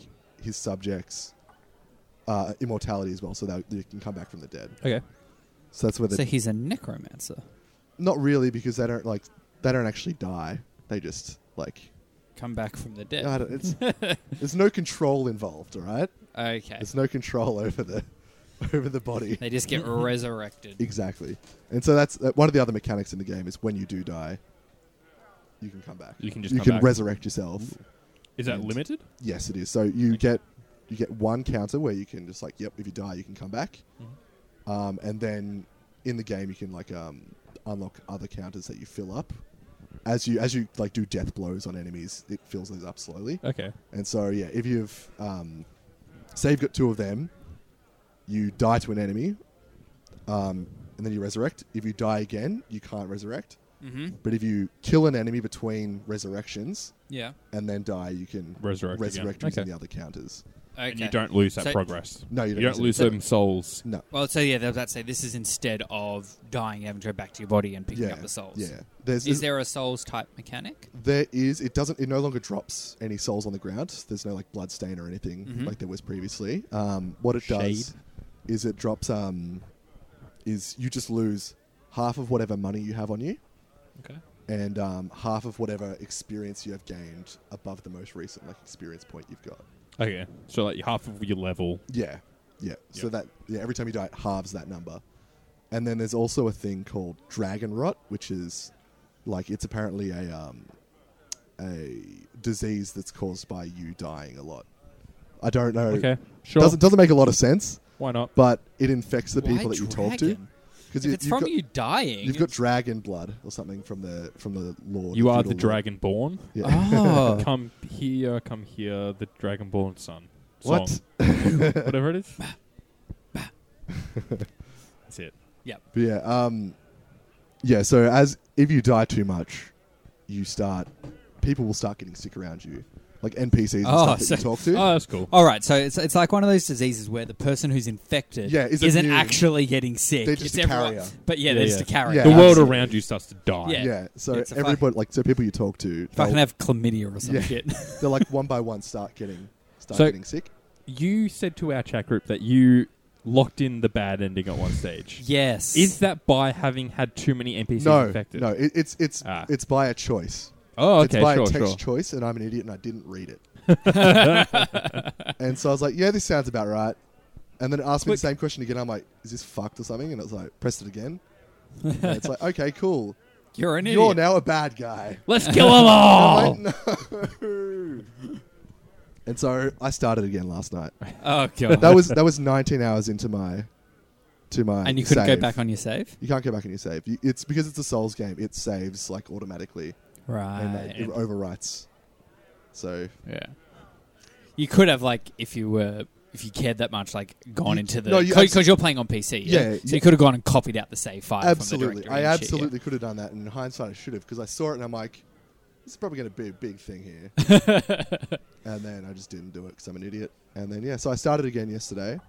Speaker 2: his subjects uh, immortality as well, so that they can come back from the dead.
Speaker 3: Okay.
Speaker 2: So that's where the
Speaker 1: so he's a necromancer.
Speaker 2: not really because they don't like they don't actually die. They just like
Speaker 1: Come back from the dead.
Speaker 2: I don't, it's, there's no control involved. All right,
Speaker 1: Okay,
Speaker 2: there's no control over the over the body.
Speaker 1: they just get resurrected.
Speaker 2: Exactly, and so that's uh, one of the other mechanics in the game is when you do die, you can come back.
Speaker 3: You can just
Speaker 2: you
Speaker 3: come
Speaker 2: can
Speaker 3: back.
Speaker 2: resurrect yourself.
Speaker 3: Is that
Speaker 2: and-
Speaker 3: limited?
Speaker 2: Yes, it is. So you get you get one counter where you can just like, yep, if you die, you can come back, um, and then in the game you can like um, unlock other counters that you fill up as you as you like do death blows on enemies. It fills those up slowly,
Speaker 3: Okay.
Speaker 2: and so yeah, if you've um, say you've got two of them, you die to an enemy, um, and then you resurrect. If you die again, you can't resurrect.
Speaker 1: hmm
Speaker 2: But if you kill an enemy between resurrections
Speaker 1: Yeah.
Speaker 2: and then die, you can
Speaker 3: Resurrect. again.
Speaker 2: resurrect
Speaker 3: Okay.
Speaker 2: using the other counters.
Speaker 1: Okay.
Speaker 3: And you don't lose that
Speaker 1: So-
Speaker 3: progress.
Speaker 2: No, you
Speaker 3: You
Speaker 2: don't,
Speaker 3: don't lose
Speaker 2: it.
Speaker 3: them souls.
Speaker 2: No.
Speaker 1: Well, so yeah, they was about to say this is instead of dying, having to go back to your body and picking
Speaker 2: yeah.
Speaker 1: up the souls.
Speaker 2: Yeah. There's,
Speaker 1: Is there a souls type mechanic?
Speaker 2: There is. It doesn't. It no longer drops any souls on the ground. There's no like blood stain or anything
Speaker 1: Mhm.
Speaker 2: like there was previously. Um, what it does
Speaker 3: Shade.
Speaker 2: is it drops. Um, is you just lose half of whatever money you have on you
Speaker 3: Okay.
Speaker 2: and um, half of whatever experience you have gained above the most recent like experience point you've got.
Speaker 3: Okay. So like half of your level.
Speaker 2: Yeah, yeah. So
Speaker 3: Yep.
Speaker 2: that yeah, every time you die, it halves that number. And then there's also a thing called dragon rot, which is like it's apparently a um, a disease that's caused by you dying a lot. I don't know.
Speaker 3: Okay. Sure.
Speaker 2: Doesn't doesn't make a lot of sense,
Speaker 3: Why not?
Speaker 2: but it infects the
Speaker 1: Why
Speaker 2: people that you talk to
Speaker 1: dragon?
Speaker 2: because
Speaker 1: If it's from
Speaker 2: got,
Speaker 1: you dying,
Speaker 2: have got dragon blood or something from the from the Uh. lord.
Speaker 3: You are the
Speaker 2: feudal lord.
Speaker 3: Dragonborn.
Speaker 2: Yeah.
Speaker 1: Oh,
Speaker 3: Come here, come here, the Dragonborn son.
Speaker 2: What?
Speaker 3: Song. Whatever it is. That's it.
Speaker 2: But yeah, um, yeah. So as if you die too much, you start people will start getting sick around you, like NPCs and
Speaker 1: Oh,
Speaker 2: stuff that
Speaker 1: so-
Speaker 2: you talk to.
Speaker 3: Oh, that's cool.
Speaker 1: All right, so it's, it's like one of those diseases where the person who's infected
Speaker 2: Yeah, is
Speaker 1: isn't
Speaker 2: immune.
Speaker 1: actually getting sick.
Speaker 2: They're just
Speaker 1: it's
Speaker 2: a
Speaker 1: everyone,
Speaker 2: carrier.
Speaker 1: but yeah,
Speaker 3: Yeah,
Speaker 1: they're just
Speaker 3: yeah.
Speaker 1: a carrier.
Speaker 2: Yeah,
Speaker 3: the world
Speaker 2: absolutely.
Speaker 3: around you starts to die.
Speaker 1: Yeah.
Speaker 2: yeah. So
Speaker 1: It's a
Speaker 2: everybody, like so people you talk to,
Speaker 1: Fucking
Speaker 2: they'll,
Speaker 1: have chlamydia or some
Speaker 2: Yeah.
Speaker 1: shit.
Speaker 2: they'll like one by one start getting start
Speaker 3: So-
Speaker 2: getting sick.
Speaker 3: You said to our chat group that you locked in the bad ending at one stage.
Speaker 1: yes.
Speaker 3: Is that by having had too many NPCs
Speaker 2: No,
Speaker 3: infected?
Speaker 2: no, it, it's it's
Speaker 3: Ah.
Speaker 2: it's by a choice.
Speaker 3: Oh,
Speaker 2: it's
Speaker 3: okay,
Speaker 2: by
Speaker 3: sure,
Speaker 2: a text
Speaker 3: sure.
Speaker 2: choice, and I'm an idiot and I didn't read it. and so I was like, yeah, this sounds about right. And then it asked me the
Speaker 3: Click.
Speaker 2: same question again. I'm like, is this fucked or something? And it was like, pressed it again. And it's like, okay, cool.
Speaker 1: You're an idiot.
Speaker 2: You're
Speaker 1: Oh.
Speaker 2: now a bad guy.
Speaker 3: Let's kill them all.
Speaker 2: I'm like, no. and so I started again last night.
Speaker 1: oh god.
Speaker 2: That was that was 19 hours into my to my
Speaker 1: and you couldn't
Speaker 2: save.
Speaker 1: go back on your save,
Speaker 2: You can't go back on your save. You, it's because it's a Souls game. It saves like automatically and
Speaker 1: right?
Speaker 2: it, it overwrites. So
Speaker 1: yeah. You could have like if you were if you cared that much, like gone
Speaker 2: You-
Speaker 1: into the
Speaker 2: no, you
Speaker 1: because
Speaker 2: abso-
Speaker 1: you're playing on PC. Yeah.
Speaker 2: Yeah,
Speaker 1: so you
Speaker 2: yeah.
Speaker 1: could have gone and copied out the save file. From
Speaker 2: absolutely,
Speaker 1: the
Speaker 2: I
Speaker 1: directory and shit, yeah.
Speaker 2: absolutely could have done that. And in hindsight, I should have because I saw it and I'm like, this is probably going to be a big thing here. and then I just didn't do it because I'm an idiot. And then yeah, so I started again yesterday,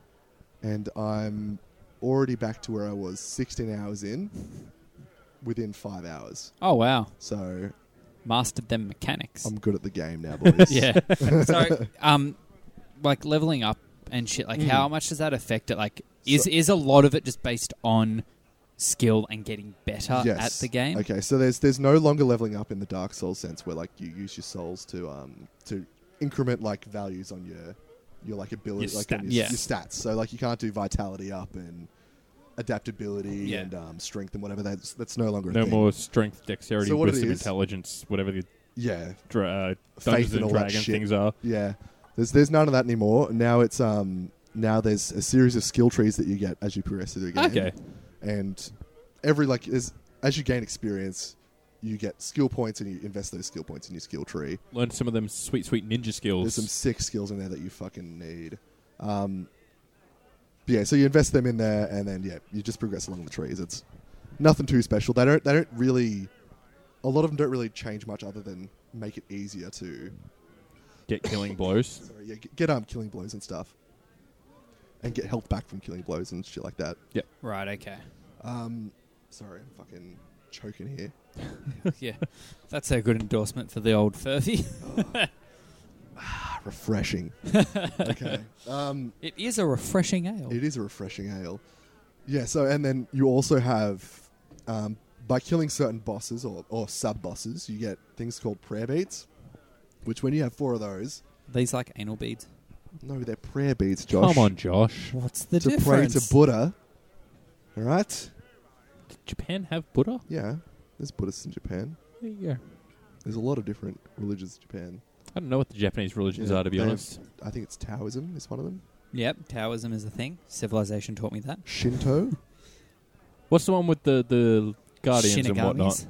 Speaker 2: and I'm already back to where I was 16 hours in, within five hours.
Speaker 1: Oh wow,
Speaker 2: So
Speaker 1: mastered them mechanics.
Speaker 2: I'm good at the game now, boys.
Speaker 1: yeah. so, um, like leveling up and shit. Like,
Speaker 2: Mm.
Speaker 1: how much does that affect it? Like, is
Speaker 2: So-
Speaker 1: is a lot of it just based on skill and getting better
Speaker 2: Yes.
Speaker 1: at the game?
Speaker 2: Okay, so there's there's no longer leveling up in the Dark Souls sense where like you use your souls to um to increment like values on your your like ability
Speaker 3: Your
Speaker 2: like on
Speaker 3: stats.
Speaker 2: your,
Speaker 1: Yeah.
Speaker 2: your stats. So like you can't do vitality up and adaptability
Speaker 1: Yeah.
Speaker 2: and um, strength and whatever. That's that's no longer a
Speaker 3: No
Speaker 2: thing.
Speaker 3: more strength, dexterity,
Speaker 2: So what it
Speaker 3: wisdom,
Speaker 2: is-
Speaker 3: intelligence, whatever the
Speaker 2: Yeah,
Speaker 3: dra- uh,
Speaker 2: Faith
Speaker 3: Dungeons
Speaker 2: and
Speaker 3: and
Speaker 2: all that
Speaker 3: Dragon
Speaker 2: shit.
Speaker 3: things are.
Speaker 2: yeah. There's there's none of that anymore. Now it's um now there's a series of skill trees that you get as you progress through the game.
Speaker 3: Okay.
Speaker 2: and every like as as you gain experience, you get skill points and you invest those skill points in your skill tree.
Speaker 3: Learn some of them sweet, sweet ninja skills.
Speaker 2: There's some sick skills in there that you fucking need. Um, but yeah, so you invest them in there, and then yeah, you just progress along the trees. It's nothing too special. They don't they don't really. A lot of them don't really change much other than make it easier to
Speaker 3: Get killing blows.
Speaker 2: sorry, yeah, get, get um killing blows and stuff, and get health back from killing blows and shit like that.
Speaker 1: Right. Okay.
Speaker 2: Um, sorry, I'm fucking choking here.
Speaker 1: yeah, that's a good endorsement for the old Furphy.
Speaker 2: Ah, refreshing. okay. Um,
Speaker 1: it is a refreshing ale.
Speaker 2: It is a refreshing ale. Yeah, so and then you also have um, by killing certain bosses or, or sub bosses, you get things called prayer beads. Which when you have four of those,
Speaker 1: These like anal beads.
Speaker 2: no, they're prayer beads, Josh.
Speaker 3: Come on, Josh.
Speaker 1: What's the
Speaker 2: to
Speaker 1: difference?
Speaker 2: pray to Buddha. Alright?
Speaker 3: Did Japan have Buddha?
Speaker 2: Yeah. There's Buddhists in Japan.
Speaker 3: There you go.
Speaker 2: There's a lot of different religions in Japan.
Speaker 3: I don't know what the Japanese religions
Speaker 2: Yeah,
Speaker 3: are, to be
Speaker 2: they have-
Speaker 3: honest.
Speaker 2: I think it's Taoism is one of them.
Speaker 1: yep, Taoism is a thing. Civilization taught me that.
Speaker 2: Shinto.
Speaker 3: What's the one with the, the guardians and
Speaker 1: Shinigamis.
Speaker 3: whatnot?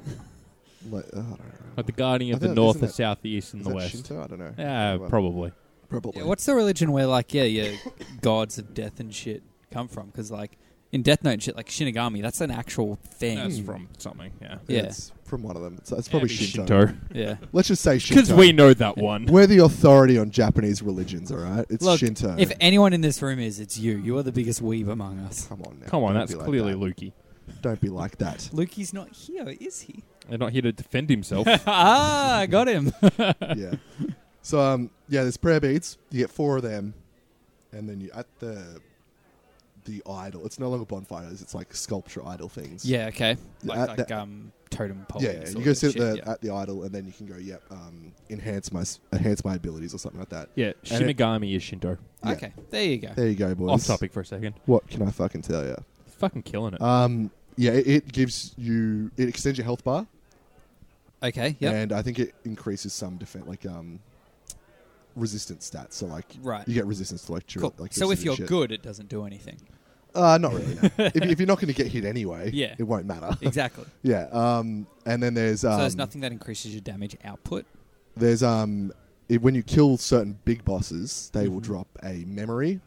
Speaker 2: like, oh, I don't know.
Speaker 3: Like the guardian
Speaker 2: I
Speaker 3: of the
Speaker 2: think-
Speaker 3: north,
Speaker 2: isn't
Speaker 3: the
Speaker 2: it-
Speaker 3: south, the east, and
Speaker 2: Is
Speaker 3: the
Speaker 2: that
Speaker 3: west.
Speaker 2: Shinto? I don't know.
Speaker 3: Yeah,
Speaker 2: Well,
Speaker 3: probably.
Speaker 2: Probably.
Speaker 1: Yeah, what's the religion where like yeah, your gods of death and shit come from? Because like in Death Note and shit, like Shinigami, that's an actual thing.
Speaker 3: No, it's
Speaker 2: Hmm.
Speaker 3: from something. Yeah.
Speaker 1: Yeah.
Speaker 2: It's from one of them. It's, it's probably
Speaker 3: Yeah,
Speaker 2: Shinto.
Speaker 1: yeah.
Speaker 2: Let's just say Shinto.
Speaker 3: Because we know that one.
Speaker 2: We're the authority on Japanese religions, all right? It's
Speaker 1: Look,
Speaker 2: Shinto.
Speaker 1: If anyone in this room is, it's you. You are the biggest weeb among us.
Speaker 2: Come on now.
Speaker 3: Come on,
Speaker 2: Don't
Speaker 3: that's
Speaker 2: be like
Speaker 3: clearly
Speaker 2: that.
Speaker 3: Lukey.
Speaker 2: Don't be like that.
Speaker 1: Lukey's not here, is he?
Speaker 3: They're not here to defend himself.
Speaker 1: ah, got him.
Speaker 2: yeah. So, um, yeah, there's prayer beads. You get four of them, and then you at the the idol. It's no longer bonfires. It's like sculpture idol things.
Speaker 1: yeah, okay.
Speaker 2: Yeah,
Speaker 1: Like,
Speaker 2: at
Speaker 1: like
Speaker 2: that-
Speaker 1: um, totem pole.
Speaker 2: Yeah, yeah.
Speaker 1: sort
Speaker 2: you go
Speaker 1: of
Speaker 2: sit uh,
Speaker 1: shit,
Speaker 2: at the,
Speaker 1: yeah.
Speaker 2: at the idol, and then you can go, yep, um, enhance my s- enhance my abilities or something like that.
Speaker 3: yeah,
Speaker 2: And it-
Speaker 3: Shinigami is Shinto.
Speaker 2: yeah.
Speaker 1: Okay, there you go.
Speaker 2: There you go, boys.
Speaker 3: Off topic for a second.
Speaker 2: What can I fucking tell you?
Speaker 3: Fucking killing it.
Speaker 2: Um, yeah, it, it gives you it extends your health bar.
Speaker 1: Okay, yeah.
Speaker 2: and I think it increases some defense, like um, resistance stats. So like,
Speaker 1: Right.
Speaker 2: you get resistance to like, chiro-
Speaker 1: Cool.
Speaker 2: like
Speaker 1: so if
Speaker 2: resistance
Speaker 1: you're
Speaker 2: shit.
Speaker 1: good, it doesn't do anything.
Speaker 2: uh, not really. no. if, if you're not going to get hit anyway,
Speaker 1: Yeah.
Speaker 2: it won't matter.
Speaker 1: Exactly.
Speaker 2: yeah. Um, and then there's um,
Speaker 1: so there's nothing that increases your damage output.
Speaker 2: there's, um, it, when you kill certain big bosses, they will
Speaker 1: Mhm.
Speaker 2: drop a memory,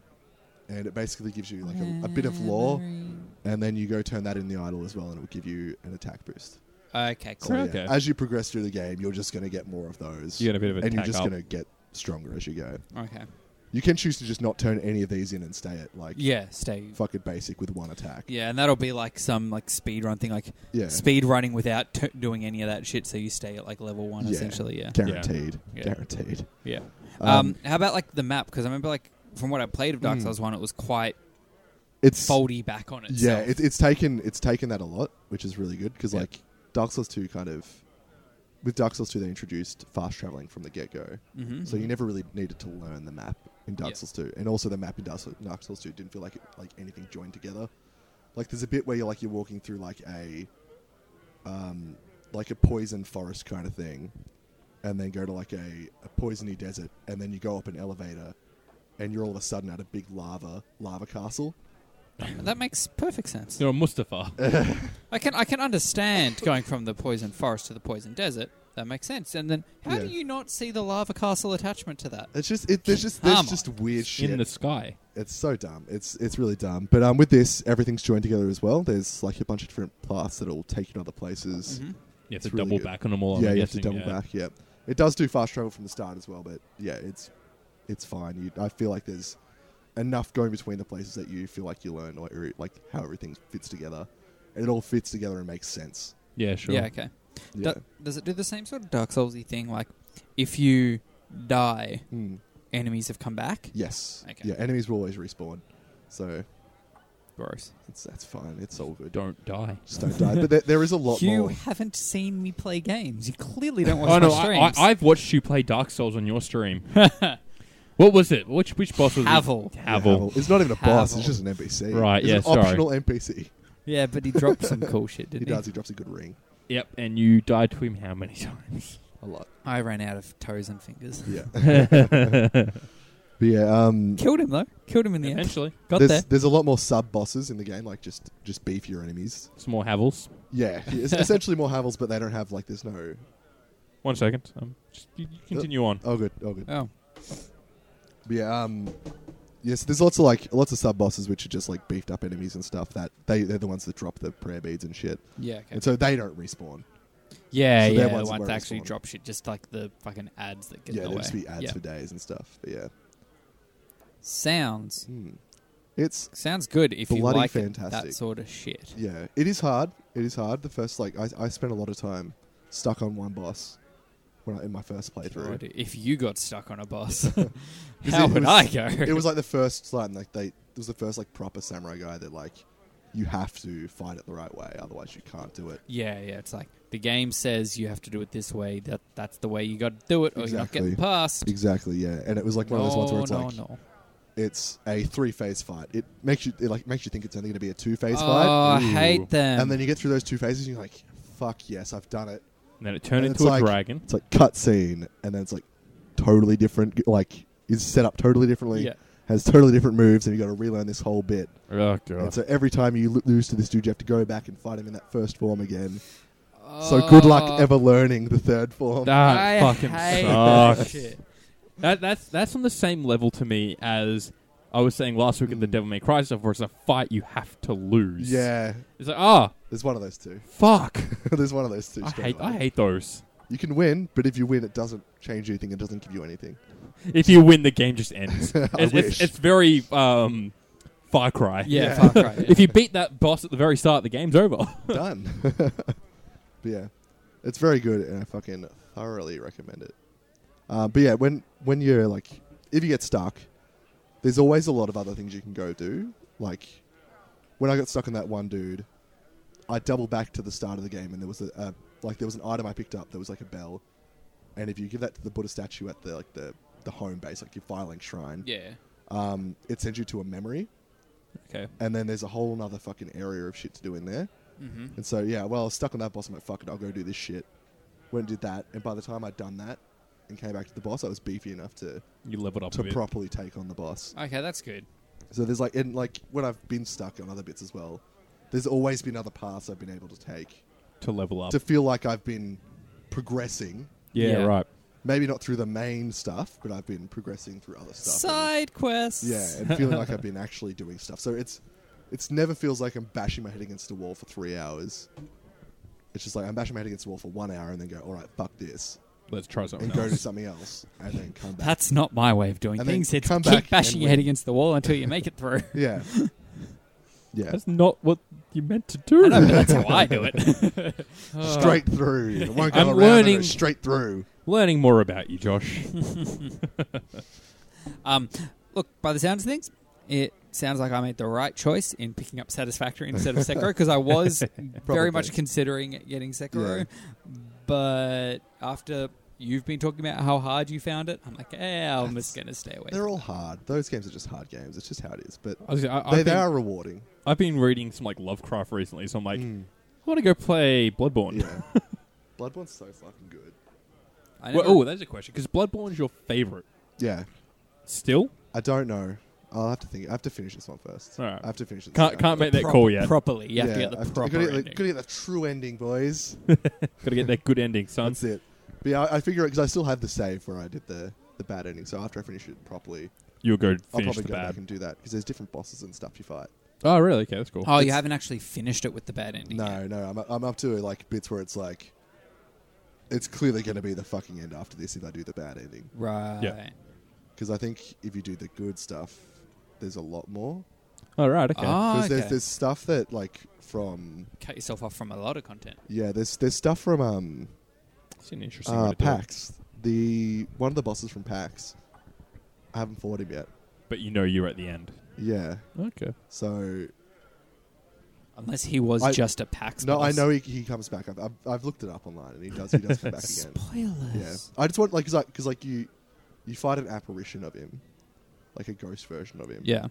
Speaker 2: and it basically gives you like a, a bit of lore, and then you go turn that in the idol as well, and it will give you an attack boost.
Speaker 1: Okay,
Speaker 2: So
Speaker 1: cool.
Speaker 2: yeah,
Speaker 3: Okay.
Speaker 2: as you progress through the game, you're just going to get more of those,
Speaker 3: you get a bit of a
Speaker 2: and you're
Speaker 3: tack
Speaker 2: just
Speaker 3: up.
Speaker 2: going to get stronger as you go.
Speaker 1: Okay.
Speaker 2: You can choose to just not turn any of these in and stay at like
Speaker 1: Yeah, stay.
Speaker 2: fucking basic with one attack.
Speaker 1: Yeah, and that'll be like some like speed run thing, like
Speaker 2: Yeah.
Speaker 1: speed running without t- doing any of that shit. So you stay at like level one,
Speaker 2: Yeah.
Speaker 1: essentially. Yeah.
Speaker 2: Guaranteed.
Speaker 1: Yeah.
Speaker 2: Guaranteed.
Speaker 1: Yeah.
Speaker 2: Um,
Speaker 1: Um, how about like the map? Because I remember like from what I played of Dark
Speaker 2: Mm.
Speaker 1: Souls One, it was quite
Speaker 2: It's
Speaker 1: foldy back on itself.
Speaker 2: yeah, it, it's taken it's taken that a lot, which is really good because
Speaker 1: Yeah.
Speaker 2: like Dark Souls two kind of with Dark Souls two they introduced fast traveling from the get go,
Speaker 1: hmm
Speaker 2: so you never really needed to learn the map in Dark
Speaker 1: Yeah.
Speaker 2: Souls two, and also the map in Dark Souls, Dark Souls two didn't feel like it, like anything joined together. Like there's a bit where you're like you're walking through like a um, like a poison forest kind of thing, and then go to like a, a poisony desert, and then you go up an elevator, and you're all of a sudden at a big lava lava castle.
Speaker 1: that makes perfect sense.
Speaker 3: You're a Mustafa.
Speaker 2: Uh,
Speaker 1: I can I can understand going from the poison forest to the poison desert. That makes sense. And then how do
Speaker 2: Yeah.
Speaker 1: you not see the lava castle attachment to that?
Speaker 2: It's just it, there's just there's
Speaker 1: Come
Speaker 2: just weird
Speaker 3: in
Speaker 2: shit.
Speaker 3: the sky.
Speaker 2: it's so dumb. It's it's really dumb. But um, with this, everything's joined together as well. There's like a bunch of different paths that'll take you to other places.
Speaker 1: Mhm.
Speaker 3: You have
Speaker 2: It's
Speaker 3: to
Speaker 2: really
Speaker 3: double
Speaker 2: good.
Speaker 3: back on them all.
Speaker 2: yeah,
Speaker 3: I'm
Speaker 2: you have to
Speaker 3: guessing,
Speaker 2: double
Speaker 3: yeah.
Speaker 2: back. Yeah, it does do fast travel from the start as well, but yeah, it's it's fine. You, I feel like there's enough going between the places that you feel like you learn like, or, like how everything fits together, and it all fits together and makes sense.
Speaker 3: Yeah, sure.
Speaker 1: Yeah, okay. Do-
Speaker 2: Yeah.
Speaker 1: does it do the same sort of Dark Soulsy thing? Like, if you die,
Speaker 2: Mm.
Speaker 1: enemies have come back.
Speaker 2: Yes.
Speaker 1: Okay.
Speaker 2: Yeah, enemies will always respawn, so
Speaker 1: Gross.
Speaker 2: it's, that's fine. It's all good.
Speaker 3: Don't die.
Speaker 2: Just don't die. But there, there is a lot
Speaker 1: You
Speaker 2: more.
Speaker 1: haven't seen me play games. You clearly don't watch
Speaker 3: oh
Speaker 1: my
Speaker 3: no, I,
Speaker 1: streams.
Speaker 3: I, I've watched you play Dark Souls on your stream. What was it? Which which boss was
Speaker 1: Havel.
Speaker 3: it?
Speaker 2: Havel. It's not even a boss. It's
Speaker 1: Havel.
Speaker 2: just an NPC.
Speaker 3: Right,
Speaker 2: It's
Speaker 3: yeah,
Speaker 2: An
Speaker 3: sorry.
Speaker 2: optional NPC.
Speaker 1: Yeah, but he dropped some cool shit,
Speaker 2: He
Speaker 1: didn't he?
Speaker 2: does. He drops a good ring.
Speaker 3: Yep. And you died to him how many times?
Speaker 2: A lot.
Speaker 1: I ran out of toes and fingers.
Speaker 2: Yeah. But yeah. Um.
Speaker 1: Killed him though. Killed him in the end.
Speaker 3: Eventually,
Speaker 1: Got there.
Speaker 2: There's, there's a lot more sub bosses in the game, like just just beef your enemies.
Speaker 3: some more Havels.
Speaker 2: Yeah, it's essentially more Havels, but they don't have like there's no.
Speaker 3: One second. Um, just you, you continue on.
Speaker 2: Oh good, oh good.
Speaker 1: Oh,
Speaker 2: But yeah, um, yes, there's lots of like lots of sub bosses which are just like beefed up enemies and stuff. That they they're the ones that drop the prayer beads and shit,
Speaker 1: yeah. Okay.
Speaker 2: and so they don't respawn.
Speaker 1: yeah,
Speaker 2: so
Speaker 1: yeah.
Speaker 2: they're ones
Speaker 1: The
Speaker 2: that
Speaker 1: ones
Speaker 2: won't
Speaker 1: that actually
Speaker 2: respond.
Speaker 1: drop shit, just like the fucking ads that get
Speaker 2: yeah,
Speaker 1: in the
Speaker 2: there'll
Speaker 1: way.
Speaker 2: just be ads
Speaker 1: Yeah.
Speaker 2: for days and stuff. But yeah,
Speaker 1: Sounds
Speaker 2: Hmm. it's
Speaker 1: sounds good if you
Speaker 2: Bloody
Speaker 1: like it,
Speaker 2: fantastic.
Speaker 1: that sort of shit.
Speaker 2: yeah, it is hard. It is hard. The first like I I spent a lot of time stuck on one boss when I, in my first playthrough.
Speaker 1: God, if you got stuck on a boss,
Speaker 2: it-
Speaker 1: how
Speaker 2: it
Speaker 1: would
Speaker 2: was-
Speaker 1: I go?
Speaker 2: it was like the first like, like they it was the first like proper samurai guy that like you have to fight it the right way otherwise you can't do it
Speaker 1: yeah, yeah. It's like the game says you have to do it this way. That that's the way you got to do it, or you're not
Speaker 2: Exactly.
Speaker 1: getting past.
Speaker 2: exactly yeah and it was like one of those ones where it's
Speaker 1: no,
Speaker 2: like
Speaker 1: no.
Speaker 2: it's a three phase fight it makes you it like makes you think it's only going to be a two phase
Speaker 1: Oh,
Speaker 2: fight
Speaker 1: I
Speaker 3: Ooh.
Speaker 1: hate them.
Speaker 2: and then you get through those two phases and you're like fuck yes i've done it
Speaker 3: And then it turned
Speaker 2: And
Speaker 3: into a
Speaker 2: it's like-
Speaker 3: dragon.
Speaker 2: it's like cutscene and then it's like totally different like is set up totally differently
Speaker 1: yeah.
Speaker 2: has totally different moves and you got to relearn this whole bit
Speaker 3: Oh
Speaker 2: and
Speaker 3: god.
Speaker 2: so every time you lo- lose to this dude you have to go back and fight him in that first form again So good luck
Speaker 1: Oh,
Speaker 2: ever learning the third form.
Speaker 3: That
Speaker 1: I
Speaker 3: fucking
Speaker 1: hate that
Speaker 3: sucks.
Speaker 1: shit.
Speaker 3: That, that's that's on the same level to me as I was saying last week in the
Speaker 2: Mm.
Speaker 3: Devil May Cry stuff, where it's a fight you have to lose.
Speaker 2: Yeah,
Speaker 3: It's like, ah,
Speaker 2: there's one of those two.
Speaker 3: fuck.
Speaker 2: there's one of those two.
Speaker 3: I
Speaker 2: straight
Speaker 3: hate
Speaker 2: away.
Speaker 3: I hate those.
Speaker 2: You can win, but if you win, it doesn't change anything. It doesn't give you anything.
Speaker 3: If you win, the game just ends.
Speaker 2: I
Speaker 3: it's,
Speaker 2: wish.
Speaker 3: It's, it's very um, Far Cry.
Speaker 1: Yeah,
Speaker 2: Yeah.
Speaker 1: Far Cry.
Speaker 3: If you beat that boss at the very start, the game's over.
Speaker 2: Done. but yeah, it's very good, and I fucking thoroughly recommend it. Uh, but yeah, when when you're like, if you get stuck, there's always a lot of other things you can go do. Like when I got stuck on that one dude, I doubled back to the start of the game, and there was a, a like there was an item I picked up that was like a bell, and if you give that to the Buddha statue at the like the the home base, like your filing shrine,
Speaker 1: yeah.
Speaker 2: um, it sends you to a memory,
Speaker 3: okay.
Speaker 2: and then there's a whole other fucking area of shit to do in there.
Speaker 1: Mm-hmm.
Speaker 2: And so yeah, well, I was stuck on that boss. I'm like, fuck it, I'll go do this shit. Went and did that, and by the time I'd done that and came back to the boss, I was beefy enough to
Speaker 3: You leveled up
Speaker 2: to
Speaker 3: a bit.
Speaker 2: properly take on the boss.
Speaker 1: Okay, that's good.
Speaker 2: So there's like, and like when I've been stuck on other bits as well, there's always been other paths I've been able to take
Speaker 3: to level up.
Speaker 2: to feel like I've been progressing.
Speaker 3: yeah,
Speaker 1: Yeah.
Speaker 3: right.
Speaker 2: Maybe not through the main stuff, but I've been progressing through other stuff.
Speaker 1: Side quests.
Speaker 2: Yeah, and feeling like I've been actually doing stuff. So it's it's never feels like I'm bashing my head against a wall for three hours. It's just like I'm bashing my head against a wall for one hour and then go, all right, fuck this,
Speaker 3: Let's try something
Speaker 2: and go
Speaker 3: else.
Speaker 2: do something else, and then come back.
Speaker 1: That's not my way of doing
Speaker 2: And then
Speaker 1: things. It's
Speaker 2: come back
Speaker 1: keep
Speaker 2: and
Speaker 1: bashing your head
Speaker 2: win.
Speaker 1: against the wall until you make it through.
Speaker 2: yeah, yeah,
Speaker 3: That's not what you meant to do.
Speaker 1: I know, but that's how I do it.
Speaker 2: straight through. It won't go
Speaker 3: Oh. I'm
Speaker 2: around.
Speaker 3: learning-
Speaker 2: it'll go straight through.
Speaker 3: Learning more about you, Josh.
Speaker 1: Um, look, by the sounds of things, it sounds like I made the right choice in picking up Satisfactory instead of Sekiro because I was very much considering getting Sekiro, but after you've been talking about how hard you found it, I'm like, eh, I'm just gonna stay away.
Speaker 2: They're all hard. Those games are just hard games. It's just how it is. But
Speaker 3: I was- I- I've,
Speaker 2: they,
Speaker 3: been,
Speaker 2: they are rewarding.
Speaker 3: I've been reading some like Lovecraft recently, so I'm like,
Speaker 2: Mm,
Speaker 3: I want to go play Bloodborne.
Speaker 2: yeah, Bloodborne's so fucking good.
Speaker 1: I
Speaker 3: Well,
Speaker 1: never-
Speaker 3: oh, that's a question. Because Bloodborne's your favorite
Speaker 2: Yeah,
Speaker 3: still.
Speaker 2: I don't know. I'll have to think. I have to finish this one first.
Speaker 3: All right.
Speaker 2: I have to finish this.
Speaker 3: Can't
Speaker 2: one.
Speaker 3: can't make that
Speaker 1: Prop-
Speaker 3: call yet.
Speaker 1: Properly, you have to
Speaker 2: Yeah, e-
Speaker 1: get the
Speaker 2: I've
Speaker 1: proper.
Speaker 2: gotta get the-
Speaker 1: ending.
Speaker 2: gotta get the true ending, boys.
Speaker 3: Gotta get that good ending, son.
Speaker 2: That's it. But yeah, I, I figure it because I still have the save where I did the, the bad ending. So after I finish it properly,
Speaker 3: You'll go
Speaker 2: I'll
Speaker 3: finish
Speaker 2: probably
Speaker 3: the
Speaker 2: go back
Speaker 3: bad.
Speaker 2: and do that because there's different bosses and stuff you fight.
Speaker 3: Oh, really? Okay, that's cool.
Speaker 1: Oh, you
Speaker 2: It's-
Speaker 1: haven't actually finished it with the bad ending. yet.
Speaker 2: No, no, I'm, I'm up to like bits where it's like, it's clearly going to be the fucking end after this if I do the bad ending.
Speaker 1: Right.
Speaker 3: Yeah.
Speaker 2: Because I think if you do the good stuff, there's a lot more.
Speaker 3: All right. Okay.
Speaker 1: Oh,
Speaker 2: 'Cause
Speaker 1: okay.
Speaker 2: there's there's stuff that like from
Speaker 1: Cut yourself off from a lot of content.
Speaker 2: yeah, there's there's stuff from um
Speaker 3: That's an interesting way
Speaker 2: uh,
Speaker 3: to do it.
Speaker 2: PAX. The one of the bosses from PAX. I haven't fought him yet.
Speaker 3: But you know you're at the end.
Speaker 2: Yeah.
Speaker 3: Okay.
Speaker 2: So
Speaker 1: Unless he was
Speaker 2: I-
Speaker 1: just a PAX.
Speaker 2: no, I
Speaker 1: boss.
Speaker 2: know he, he comes back. I've, I've I've looked it up online, and he does. He does come back again. Yeah,
Speaker 1: Spoilers.
Speaker 2: I just want like because like you you fight an apparition of him, like a ghost version of him.
Speaker 1: Yeah.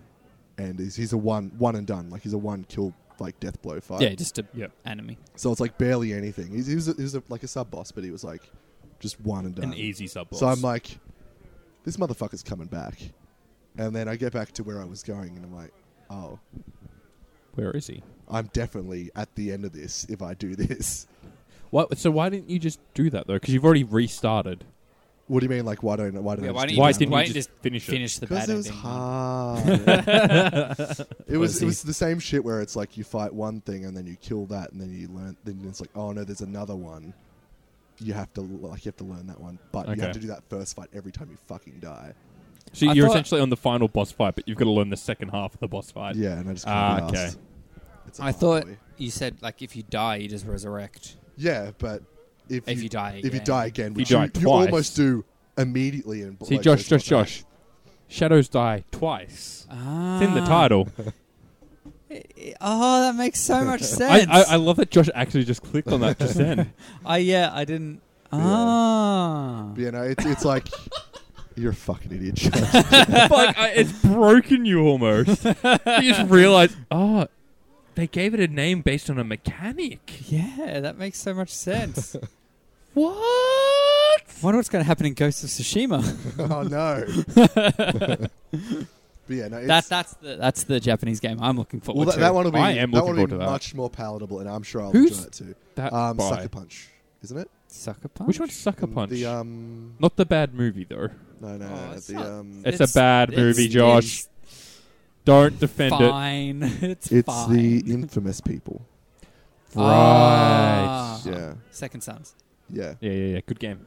Speaker 2: and he's, he's a one one and done. Like he's a one kill like death blow fight.
Speaker 1: Yeah, just a
Speaker 3: Yep.
Speaker 1: enemy.
Speaker 2: So it's like barely anything. He's, he was, a, he was a, like a sub boss, but he was like just one and done.
Speaker 3: An easy sub boss.
Speaker 2: So I'm like, this motherfucker's coming back. And then I get back to where I was going, and I'm like, oh,
Speaker 3: where is he?
Speaker 2: I'm definitely at the end of this if I do this.
Speaker 3: What? So why didn't you just do that though? Because you've already restarted.
Speaker 2: What do you mean? Like, why don't why don't
Speaker 1: Yeah,
Speaker 2: I
Speaker 1: why don't
Speaker 2: just do
Speaker 1: you
Speaker 3: Why
Speaker 2: that?
Speaker 1: just,
Speaker 3: didn't
Speaker 1: why
Speaker 3: you
Speaker 1: don't you
Speaker 3: just
Speaker 1: just Finish
Speaker 3: finish it?
Speaker 1: the
Speaker 2: Because
Speaker 1: bad
Speaker 2: it was
Speaker 1: ending.
Speaker 2: hard. it was
Speaker 3: Was
Speaker 2: it
Speaker 3: he-
Speaker 2: was the same shit where it's like you fight one thing and then you kill that and then you learn. Then it's like, oh no, there's another one. You have to like you have to learn that one, but you
Speaker 3: Okay.
Speaker 2: have to do that first fight every time you fucking die.
Speaker 3: So
Speaker 1: I
Speaker 3: you're
Speaker 1: thought-
Speaker 3: essentially on the final boss fight, but you've got to learn the second half of the boss fight.
Speaker 2: Yeah, and I just
Speaker 3: Ah,
Speaker 2: can't be
Speaker 3: okay.
Speaker 2: arsed. It's a
Speaker 1: I
Speaker 2: hard
Speaker 1: thought
Speaker 2: boy.
Speaker 1: you said like if you die, you just resurrect.
Speaker 2: Yeah, but if,
Speaker 1: If you die
Speaker 2: if you
Speaker 1: again.
Speaker 2: die again, which you,
Speaker 3: you die
Speaker 2: you
Speaker 3: twice.
Speaker 2: almost do immediately. In
Speaker 3: See,
Speaker 2: Bloodborne
Speaker 3: Josh, Josh,
Speaker 2: Bloodborne.
Speaker 3: Josh. Shadows die twice.
Speaker 1: Ah.
Speaker 3: It's in the title.
Speaker 1: Oh, that makes so much
Speaker 3: I,
Speaker 1: sense.
Speaker 3: I, I love that Josh actually just clicked on that just then.
Speaker 1: I- yeah, I didn't. Ah.
Speaker 2: But, You know, it's it's like you're a fucking idiot. Josh.
Speaker 3: like I, it's broken you almost. you just realize, oh, they gave it a name based on a mechanic.
Speaker 1: Yeah, that makes so much sense.
Speaker 3: What?
Speaker 1: wonder what's going to happen in Ghost of Tsushima.
Speaker 2: oh no. but yeah, no. It's,
Speaker 1: that's that's the that's the Japanese game I'm looking forward
Speaker 2: well, that,
Speaker 1: to.
Speaker 2: that one will be.
Speaker 3: I am looking
Speaker 2: that one will
Speaker 3: forward
Speaker 2: be
Speaker 3: to that.
Speaker 2: much more palatable, and I'm sure I'll
Speaker 3: Who's
Speaker 2: enjoy it too.
Speaker 3: That
Speaker 2: Um,
Speaker 3: by-
Speaker 2: Sucker Punch, isn't it?
Speaker 1: Sucker Punch.
Speaker 3: Which one's Sucker
Speaker 2: In
Speaker 3: Punch?
Speaker 2: The um.
Speaker 3: Not the bad movie though.
Speaker 2: No, no,
Speaker 1: Oh,
Speaker 2: no. no,
Speaker 1: it's
Speaker 2: The
Speaker 1: not-
Speaker 2: um.
Speaker 3: It's, a bad movie, Josh. Don't defend it.
Speaker 1: fine. It's,
Speaker 2: It's
Speaker 1: fine.
Speaker 2: the infamous people.
Speaker 3: Right.
Speaker 1: Ah.
Speaker 2: Yeah,
Speaker 1: Second Sons.
Speaker 2: yeah.
Speaker 3: Yeah, yeah, yeah. Good game.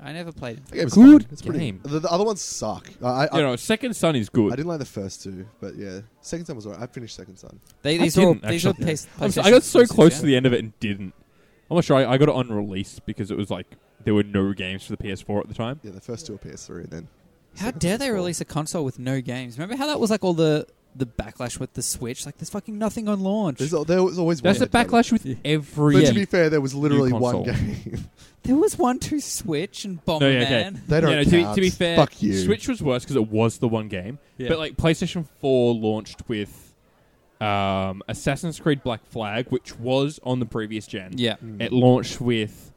Speaker 1: I never played it.
Speaker 2: That game's
Speaker 3: Good
Speaker 2: fun. It's pretty.
Speaker 3: game.
Speaker 2: The, the other ones suck. I, I,
Speaker 3: you know, Second Son is good.
Speaker 2: I didn't like the first two, but yeah, Second Son was alright. I finished Second Son.
Speaker 1: They,
Speaker 3: I
Speaker 1: these are all,
Speaker 3: didn't,
Speaker 1: these are all
Speaker 3: actually.
Speaker 1: place,
Speaker 3: I'm so-
Speaker 1: PlayStation
Speaker 3: I got so
Speaker 1: exclusives,
Speaker 3: close
Speaker 1: yeah?
Speaker 3: to the end of it and didn't. I'm not sure. I, I got it on release because it was like there were no games for the PS4 at the time.
Speaker 2: Yeah, the first two are PS3, and then
Speaker 1: How
Speaker 2: Second
Speaker 1: dare
Speaker 2: Son's
Speaker 1: they
Speaker 2: cool.
Speaker 1: release a console with no games? Remember how that was like all the the backlash with the Switch? Like there's fucking nothing on launch.
Speaker 2: There's, al- there was always
Speaker 3: That's
Speaker 2: one
Speaker 3: the backlash E with
Speaker 2: But
Speaker 3: every.
Speaker 2: to be fair, there was literally
Speaker 3: console.
Speaker 2: one game.
Speaker 1: There was one to Switch and Bomberman.
Speaker 3: No, yeah, okay.
Speaker 2: they don't
Speaker 3: Yeah, no, to, be,
Speaker 2: count.
Speaker 3: to be fair,
Speaker 2: fuck you.
Speaker 3: Switch was worse because it was the one game.
Speaker 1: Yeah.
Speaker 3: But like PlayStation 4 launched with um, Assassin's Creed Black Flag, which was on the previous gen.
Speaker 1: Yeah,
Speaker 2: Mm.
Speaker 3: It launched with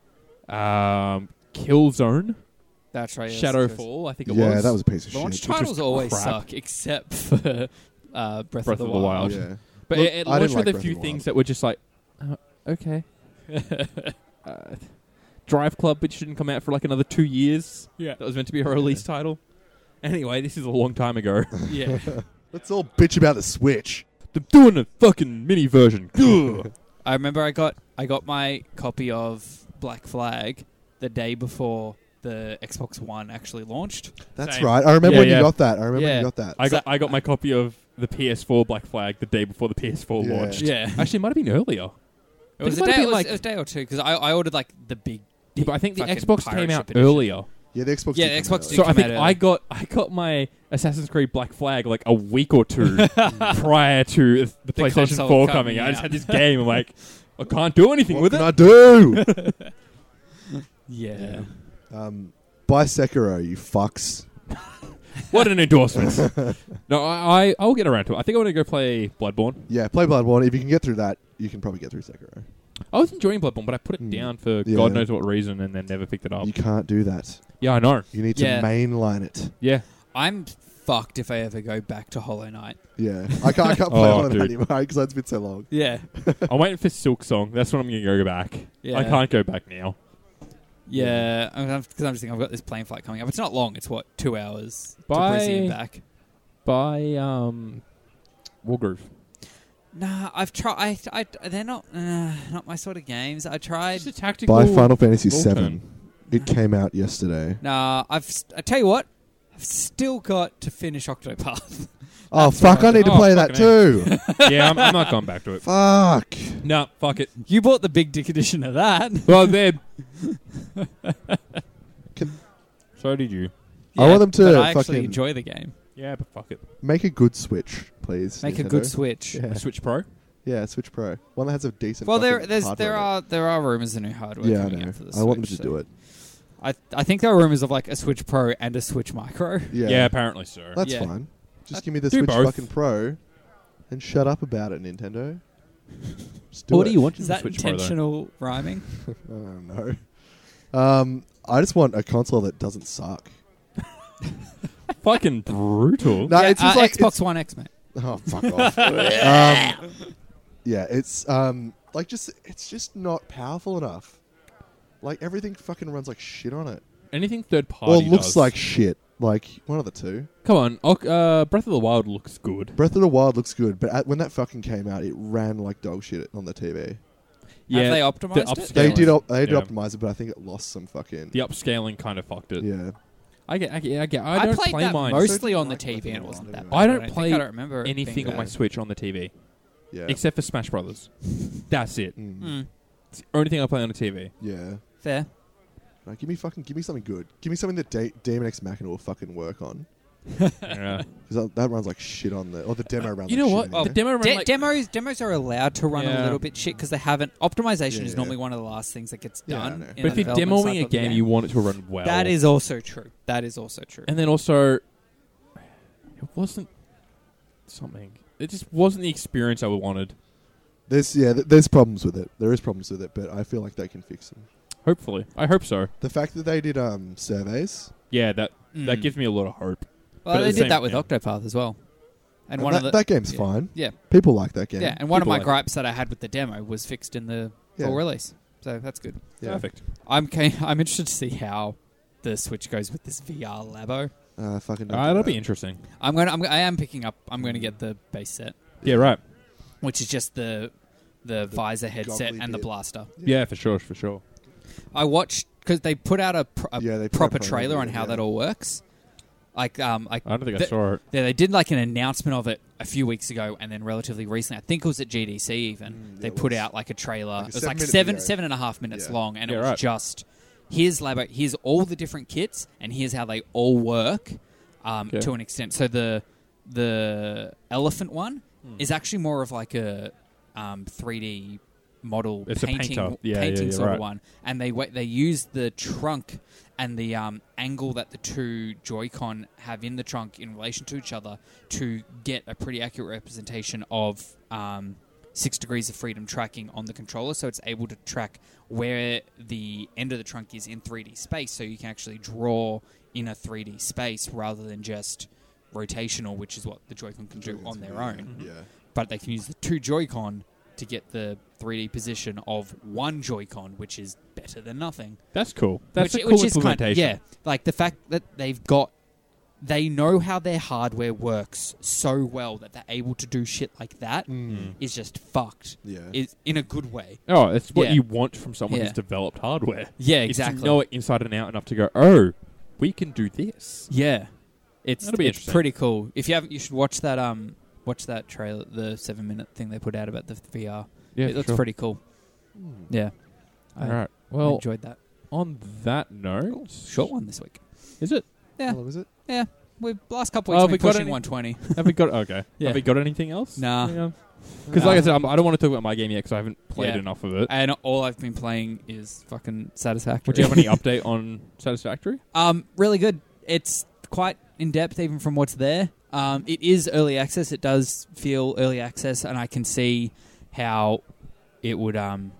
Speaker 3: um, Killzone,
Speaker 1: that's right. yes, yes.
Speaker 3: Shadowfall, I think it
Speaker 2: yeah,
Speaker 3: was.
Speaker 2: that was a piece of
Speaker 1: Launch
Speaker 2: shit.
Speaker 3: was
Speaker 1: titles always
Speaker 3: crap.
Speaker 1: suck, except for uh, Breath, of the Wild.
Speaker 3: Wild.
Speaker 2: yeah.
Speaker 3: But
Speaker 2: Look,
Speaker 3: it, it
Speaker 2: I
Speaker 3: launched
Speaker 2: didn't like
Speaker 3: with a
Speaker 2: Breath
Speaker 3: few
Speaker 2: of the
Speaker 3: things
Speaker 2: Wild.
Speaker 3: that were just like, uh, okay. uh, Drive Club, which didn't come out for like another two years.
Speaker 1: Yeah.
Speaker 3: That was meant to be a release title. Anyway, this is a long time ago.
Speaker 1: Yeah,
Speaker 2: Let's all bitch about the Switch.
Speaker 3: They're doing a fucking mini version. Ugh.
Speaker 1: I remember I got I got my copy of Black Flag the day before the Xbox One actually launched.
Speaker 2: That's
Speaker 3: Same.
Speaker 2: right. I remember
Speaker 3: Yeah,
Speaker 2: when
Speaker 3: yeah.
Speaker 2: you got that. I remember when
Speaker 1: Yeah.
Speaker 2: you got that.
Speaker 3: I got I got my copy of the PS4 Black Flag the day before the PS4
Speaker 2: Yeah.
Speaker 3: launched.
Speaker 1: Yeah,
Speaker 3: Actually, it might have been earlier.
Speaker 1: it was a
Speaker 3: It might have
Speaker 1: day,
Speaker 3: been
Speaker 1: it was
Speaker 3: like-
Speaker 1: a day or two because I, I ordered like the big.
Speaker 3: Yeah, but I think the
Speaker 1: fucking
Speaker 3: Xbox
Speaker 1: pirate
Speaker 3: came out
Speaker 1: ship edition.
Speaker 3: earlier.
Speaker 2: yeah, the Xbox.
Speaker 1: Yeah,
Speaker 2: did
Speaker 1: the
Speaker 2: come out
Speaker 1: Xbox
Speaker 2: early.
Speaker 1: did
Speaker 3: So
Speaker 1: come
Speaker 3: I think
Speaker 1: out early.
Speaker 3: I got I got my Assassin's Creed Black Flag like a week or two prior to the, PlayStation
Speaker 1: console
Speaker 3: 4
Speaker 1: coming
Speaker 3: coming out. I just
Speaker 1: out.
Speaker 3: had this game. I'm like, I can't do anything with
Speaker 2: What can
Speaker 3: it.
Speaker 2: I do?
Speaker 1: Yeah.
Speaker 2: um, buy Sekiro, you fucks.
Speaker 3: What an endorsement. no, I, I I'll get around to it. I think I want to go play Bloodborne.
Speaker 2: Yeah, play Bloodborne. If you can get through that, you can probably get through Sekiro.
Speaker 3: I was enjoying Bloodborne, but I put it
Speaker 2: Hmm.
Speaker 3: down for
Speaker 2: Yeah.
Speaker 3: God knows what reason, and then never picked it up.
Speaker 2: You can't do that.
Speaker 3: Yeah, I know.
Speaker 2: You need
Speaker 1: Yeah.
Speaker 2: to mainline it.
Speaker 3: Yeah,
Speaker 1: I'm fucked if I ever go back to Hollow Knight.
Speaker 2: Yeah, I can't. I can't play
Speaker 3: Oh,
Speaker 2: on it
Speaker 3: dude.
Speaker 2: anymore because it's been so long.
Speaker 1: Yeah.
Speaker 3: I'm waiting for Silk Song. That's when I'm going to go back.
Speaker 1: Yeah.
Speaker 3: I can't go back now.
Speaker 1: Yeah, because I'm, 'cause I'm just thinking I've got this plane flight coming up. It's not long. It's what two hours
Speaker 3: Bye.
Speaker 1: to Brizzy and back.
Speaker 3: By um, Wargroove.
Speaker 1: Nah, I've tried. I, I, they're not uh, not my sort of games. I tried.
Speaker 3: a tactical.
Speaker 2: Buy Final Fantasy
Speaker 3: Roll
Speaker 2: VII. It came out yesterday.
Speaker 1: Nah, I've. s- I tell you what, I've still got to finish Octopath.
Speaker 2: Oh
Speaker 1: That's what
Speaker 2: fuck! I
Speaker 1: I
Speaker 2: need to
Speaker 3: did.
Speaker 2: play
Speaker 3: Oh,
Speaker 2: that
Speaker 3: fucking
Speaker 2: too.
Speaker 3: yeah, I'm, I'm not going back to it.
Speaker 2: fuck.
Speaker 3: No, fuck it.
Speaker 1: you bought the big dick edition of that.
Speaker 3: Well, there.
Speaker 2: Can-
Speaker 3: so did you.
Speaker 2: I want them to
Speaker 1: But I actually
Speaker 2: fucking-
Speaker 1: enjoy the game.
Speaker 3: Yeah, but fuck it.
Speaker 2: Make a good Switch, please.
Speaker 1: Make a
Speaker 2: Nintendo.
Speaker 1: good Switch.
Speaker 2: Yeah.
Speaker 3: Switch Pro.
Speaker 2: yeah, Switch Pro. One that has a decent.
Speaker 1: Well, there
Speaker 2: fucking
Speaker 1: there's
Speaker 2: hardware
Speaker 1: there
Speaker 2: in it.
Speaker 1: are there are rumors of new hardware
Speaker 2: Yeah, I
Speaker 1: coming
Speaker 2: know.
Speaker 1: out for the
Speaker 2: I want them
Speaker 1: Switch,
Speaker 2: to do
Speaker 1: so-
Speaker 2: it.
Speaker 1: I I think there are rumors of like a Switch Pro and a Switch Micro.
Speaker 2: Yeah,
Speaker 3: Yeah, apparently so.
Speaker 2: that's
Speaker 1: Yeah.
Speaker 2: fine. Just give me the
Speaker 3: Do
Speaker 2: Switch
Speaker 3: both.
Speaker 2: fucking Pro, and shut up about it, Nintendo. Just do
Speaker 3: what
Speaker 2: it.
Speaker 3: do you want
Speaker 1: Is
Speaker 3: the
Speaker 1: that
Speaker 3: Switch Pro though?
Speaker 1: intentional rhyming?
Speaker 2: I don't know. Um, I just want a console that doesn't suck.
Speaker 3: Fucking brutal.
Speaker 2: No,
Speaker 1: yeah,
Speaker 2: it's just
Speaker 1: uh,
Speaker 2: like
Speaker 1: Xbox
Speaker 2: it's-
Speaker 1: One X, mate.
Speaker 2: Oh fuck off. um, yeah, it's um like just it's just not powerful enough. Like everything fucking runs like shit on it,
Speaker 3: Anything third party
Speaker 2: or looks
Speaker 3: does.
Speaker 2: like shit. Like one of the two.
Speaker 3: Come on, Oc- uh, Breath of the Wild looks good.
Speaker 2: Breath of the Wild looks good, but at, when that fucking came out, it ran like dog shit on the TV.
Speaker 1: Have they
Speaker 3: the
Speaker 1: optimized it?
Speaker 3: upscaling.
Speaker 2: They did op- they did
Speaker 3: Yeah.
Speaker 2: optimize it, but I think it lost some fucking
Speaker 3: The upscaling kind of fucked it.
Speaker 2: yeah.
Speaker 3: I get, I get, I get. I
Speaker 1: I,
Speaker 3: don't
Speaker 1: played
Speaker 3: play
Speaker 1: that
Speaker 3: mine
Speaker 2: most-
Speaker 1: mostly
Speaker 2: So
Speaker 1: on the
Speaker 2: did I.
Speaker 1: TV, and it wasn't that. Bad.
Speaker 2: I
Speaker 3: don't
Speaker 1: think-
Speaker 3: play
Speaker 1: I don't remember it being
Speaker 3: anything on
Speaker 1: bad.
Speaker 3: my Switch on the TV
Speaker 2: Yeah.
Speaker 3: except for Smash Brothers. That's it.
Speaker 2: Mm,
Speaker 1: Mm,
Speaker 3: It's the only thing I play on the TV.
Speaker 2: Yeah.
Speaker 1: fair.
Speaker 2: Like, give me fucking give me something good. Give me something that da- Demon X Machina will fucking work on.
Speaker 3: Yeah.
Speaker 2: Because that, that runs like shit on the or the demo runs.
Speaker 3: Uh, you
Speaker 2: like
Speaker 3: know
Speaker 2: shit
Speaker 3: what? Oh,
Speaker 2: anyway.
Speaker 3: the demo ran
Speaker 1: De-
Speaker 3: like
Speaker 1: demos demos are allowed to run
Speaker 3: Yeah.
Speaker 1: a little bit shit because they haven't. Optimization
Speaker 2: Yeah,
Speaker 1: is
Speaker 2: yeah.
Speaker 1: normally one of the last things that gets
Speaker 2: Yeah, I
Speaker 1: done.
Speaker 2: know.
Speaker 1: in
Speaker 3: But if
Speaker 1: the
Speaker 3: you're
Speaker 1: development cycle
Speaker 3: demoing a
Speaker 1: of the
Speaker 3: game, you want it to run well.
Speaker 1: that is also true. That is also true.
Speaker 3: and then also, it wasn't something. It just wasn't the experience I wanted.
Speaker 2: There's yeah, th- there's problems with it. There is problems with it, but I feel like they can fix them.
Speaker 3: Hopefully, I hope so.
Speaker 2: The fact that they did um surveys
Speaker 3: Yeah, that that
Speaker 1: Mm.
Speaker 3: gives me a lot of hope. but
Speaker 1: well,
Speaker 3: at
Speaker 1: they
Speaker 3: the
Speaker 1: did
Speaker 3: same-
Speaker 1: that with
Speaker 3: yeah.
Speaker 1: Octopath as well, and
Speaker 2: and
Speaker 1: one
Speaker 2: that,
Speaker 1: of the
Speaker 2: that game's
Speaker 1: yeah.
Speaker 2: fine.
Speaker 1: yeah
Speaker 2: People like that game.
Speaker 1: yeah, and one of
Speaker 3: People
Speaker 1: my
Speaker 3: like it.
Speaker 1: gripes that I had with the demo was fixed in the
Speaker 2: Yeah.
Speaker 1: full release, so that's good.
Speaker 2: Yeah.
Speaker 3: Perfect.
Speaker 1: I'm ca- I'm interested to see how the Switch goes with this VR Labo.
Speaker 2: Uh, fucking. don't
Speaker 3: Uh,
Speaker 2: do
Speaker 3: that'll
Speaker 2: that.
Speaker 3: be interesting.
Speaker 1: I'm gonna I'm, I am picking up. I'm gonna get the base set,
Speaker 3: Yeah, right.
Speaker 1: which is just the the, visor headset
Speaker 2: goggly
Speaker 1: and the
Speaker 2: bit.
Speaker 1: blaster.
Speaker 3: Yeah, for sure, for sure.
Speaker 1: I watched because they put out a, pr- a
Speaker 2: Yeah, they put
Speaker 1: proper
Speaker 2: out a promo
Speaker 1: trailer on
Speaker 2: video,
Speaker 1: how
Speaker 2: yeah.
Speaker 1: that all works. Like um like
Speaker 3: I don't think I
Speaker 1: The-
Speaker 3: saw it.
Speaker 1: Yeah, they did like an announcement of it a few weeks ago, and then relatively recently, I think it was at GDC. Even
Speaker 2: Mm, yeah,
Speaker 1: they
Speaker 2: it
Speaker 1: put
Speaker 2: was.
Speaker 1: out like a trailer.
Speaker 2: Like a
Speaker 1: it was like
Speaker 2: seven-minute
Speaker 1: seven
Speaker 2: video.
Speaker 1: seven and a half minutes
Speaker 2: Yeah.
Speaker 1: long, and
Speaker 3: Yeah,
Speaker 1: it was
Speaker 3: right.
Speaker 1: just here's Labo, here's all the different kits, and here's how they all work um,
Speaker 3: Okay.
Speaker 1: to an extent. So the the elephant one
Speaker 3: Hmm.
Speaker 1: is actually more of like a um, 3D model
Speaker 3: It's a
Speaker 1: painting
Speaker 3: painter. Yeah, yeah,
Speaker 1: painting
Speaker 3: yeah,
Speaker 1: sort
Speaker 3: right.
Speaker 1: of one, and they wa- they use the trunk and the um, angle that the two Joy-Con have in the trunk in relation to each other to get a pretty accurate representation of um, six degrees of freedom tracking on the controller. So it's able to track where the end of the trunk is in 3D space, so you can actually draw in a 3D space rather than just rotational, which is what the Joy-Con can do on their own
Speaker 2: Yeah.
Speaker 1: but they can use the two Joy-Con to get the 3D position of one Joy-Con, which is better than nothing.
Speaker 3: That's cool. That's
Speaker 1: which,
Speaker 3: a cool
Speaker 1: which is kind of,
Speaker 3: implementation.
Speaker 1: yeah, like the fact that they've got they know how their hardware works so well that they're able to do shit like that
Speaker 3: Mm-hmm.
Speaker 1: is
Speaker 2: Mm.
Speaker 1: just fucked.
Speaker 2: Yeah.
Speaker 1: Is in a good way.
Speaker 3: Oh, it's what
Speaker 1: Yeah.
Speaker 3: you want from someone who's
Speaker 1: Yeah.
Speaker 3: developed hardware.
Speaker 1: Yeah,
Speaker 3: Is
Speaker 1: exactly.
Speaker 3: to know it inside and out enough to go, oh, we can do this.
Speaker 1: Yeah, it's
Speaker 3: That'll be
Speaker 1: it's
Speaker 3: interesting.
Speaker 1: pretty cool. If you haven't, you should watch that um watch that trailer, the seven minute thing they put out about the VR.
Speaker 3: Yeah,
Speaker 1: it looks pretty cool.
Speaker 2: Mm.
Speaker 1: Yeah,
Speaker 3: All
Speaker 1: I-
Speaker 3: right.
Speaker 1: I
Speaker 3: Well,
Speaker 1: enjoyed that.
Speaker 3: on that note,
Speaker 1: Short one this week.
Speaker 3: is it?
Speaker 1: Yeah.
Speaker 2: How long is it?
Speaker 1: We last couple
Speaker 3: Oh,
Speaker 1: weeks
Speaker 3: have
Speaker 1: we've
Speaker 3: we
Speaker 1: been
Speaker 3: got
Speaker 1: pushing
Speaker 3: any-
Speaker 1: 120.
Speaker 3: Have we got okay?
Speaker 1: Yeah.
Speaker 3: Have we got anything else?
Speaker 1: Nah.
Speaker 3: Because like I
Speaker 1: Nah.
Speaker 3: said, I'm, I don't want to talk about my game yet because I haven't played
Speaker 1: Yeah.
Speaker 3: enough of it.
Speaker 1: And all I've been playing is fucking Satisfactory.
Speaker 3: Would you have any update on Satisfactory?
Speaker 1: um, really good. It's quite in depth, even from what's there. Um, it is early access. It does feel early access, and I can see how it would um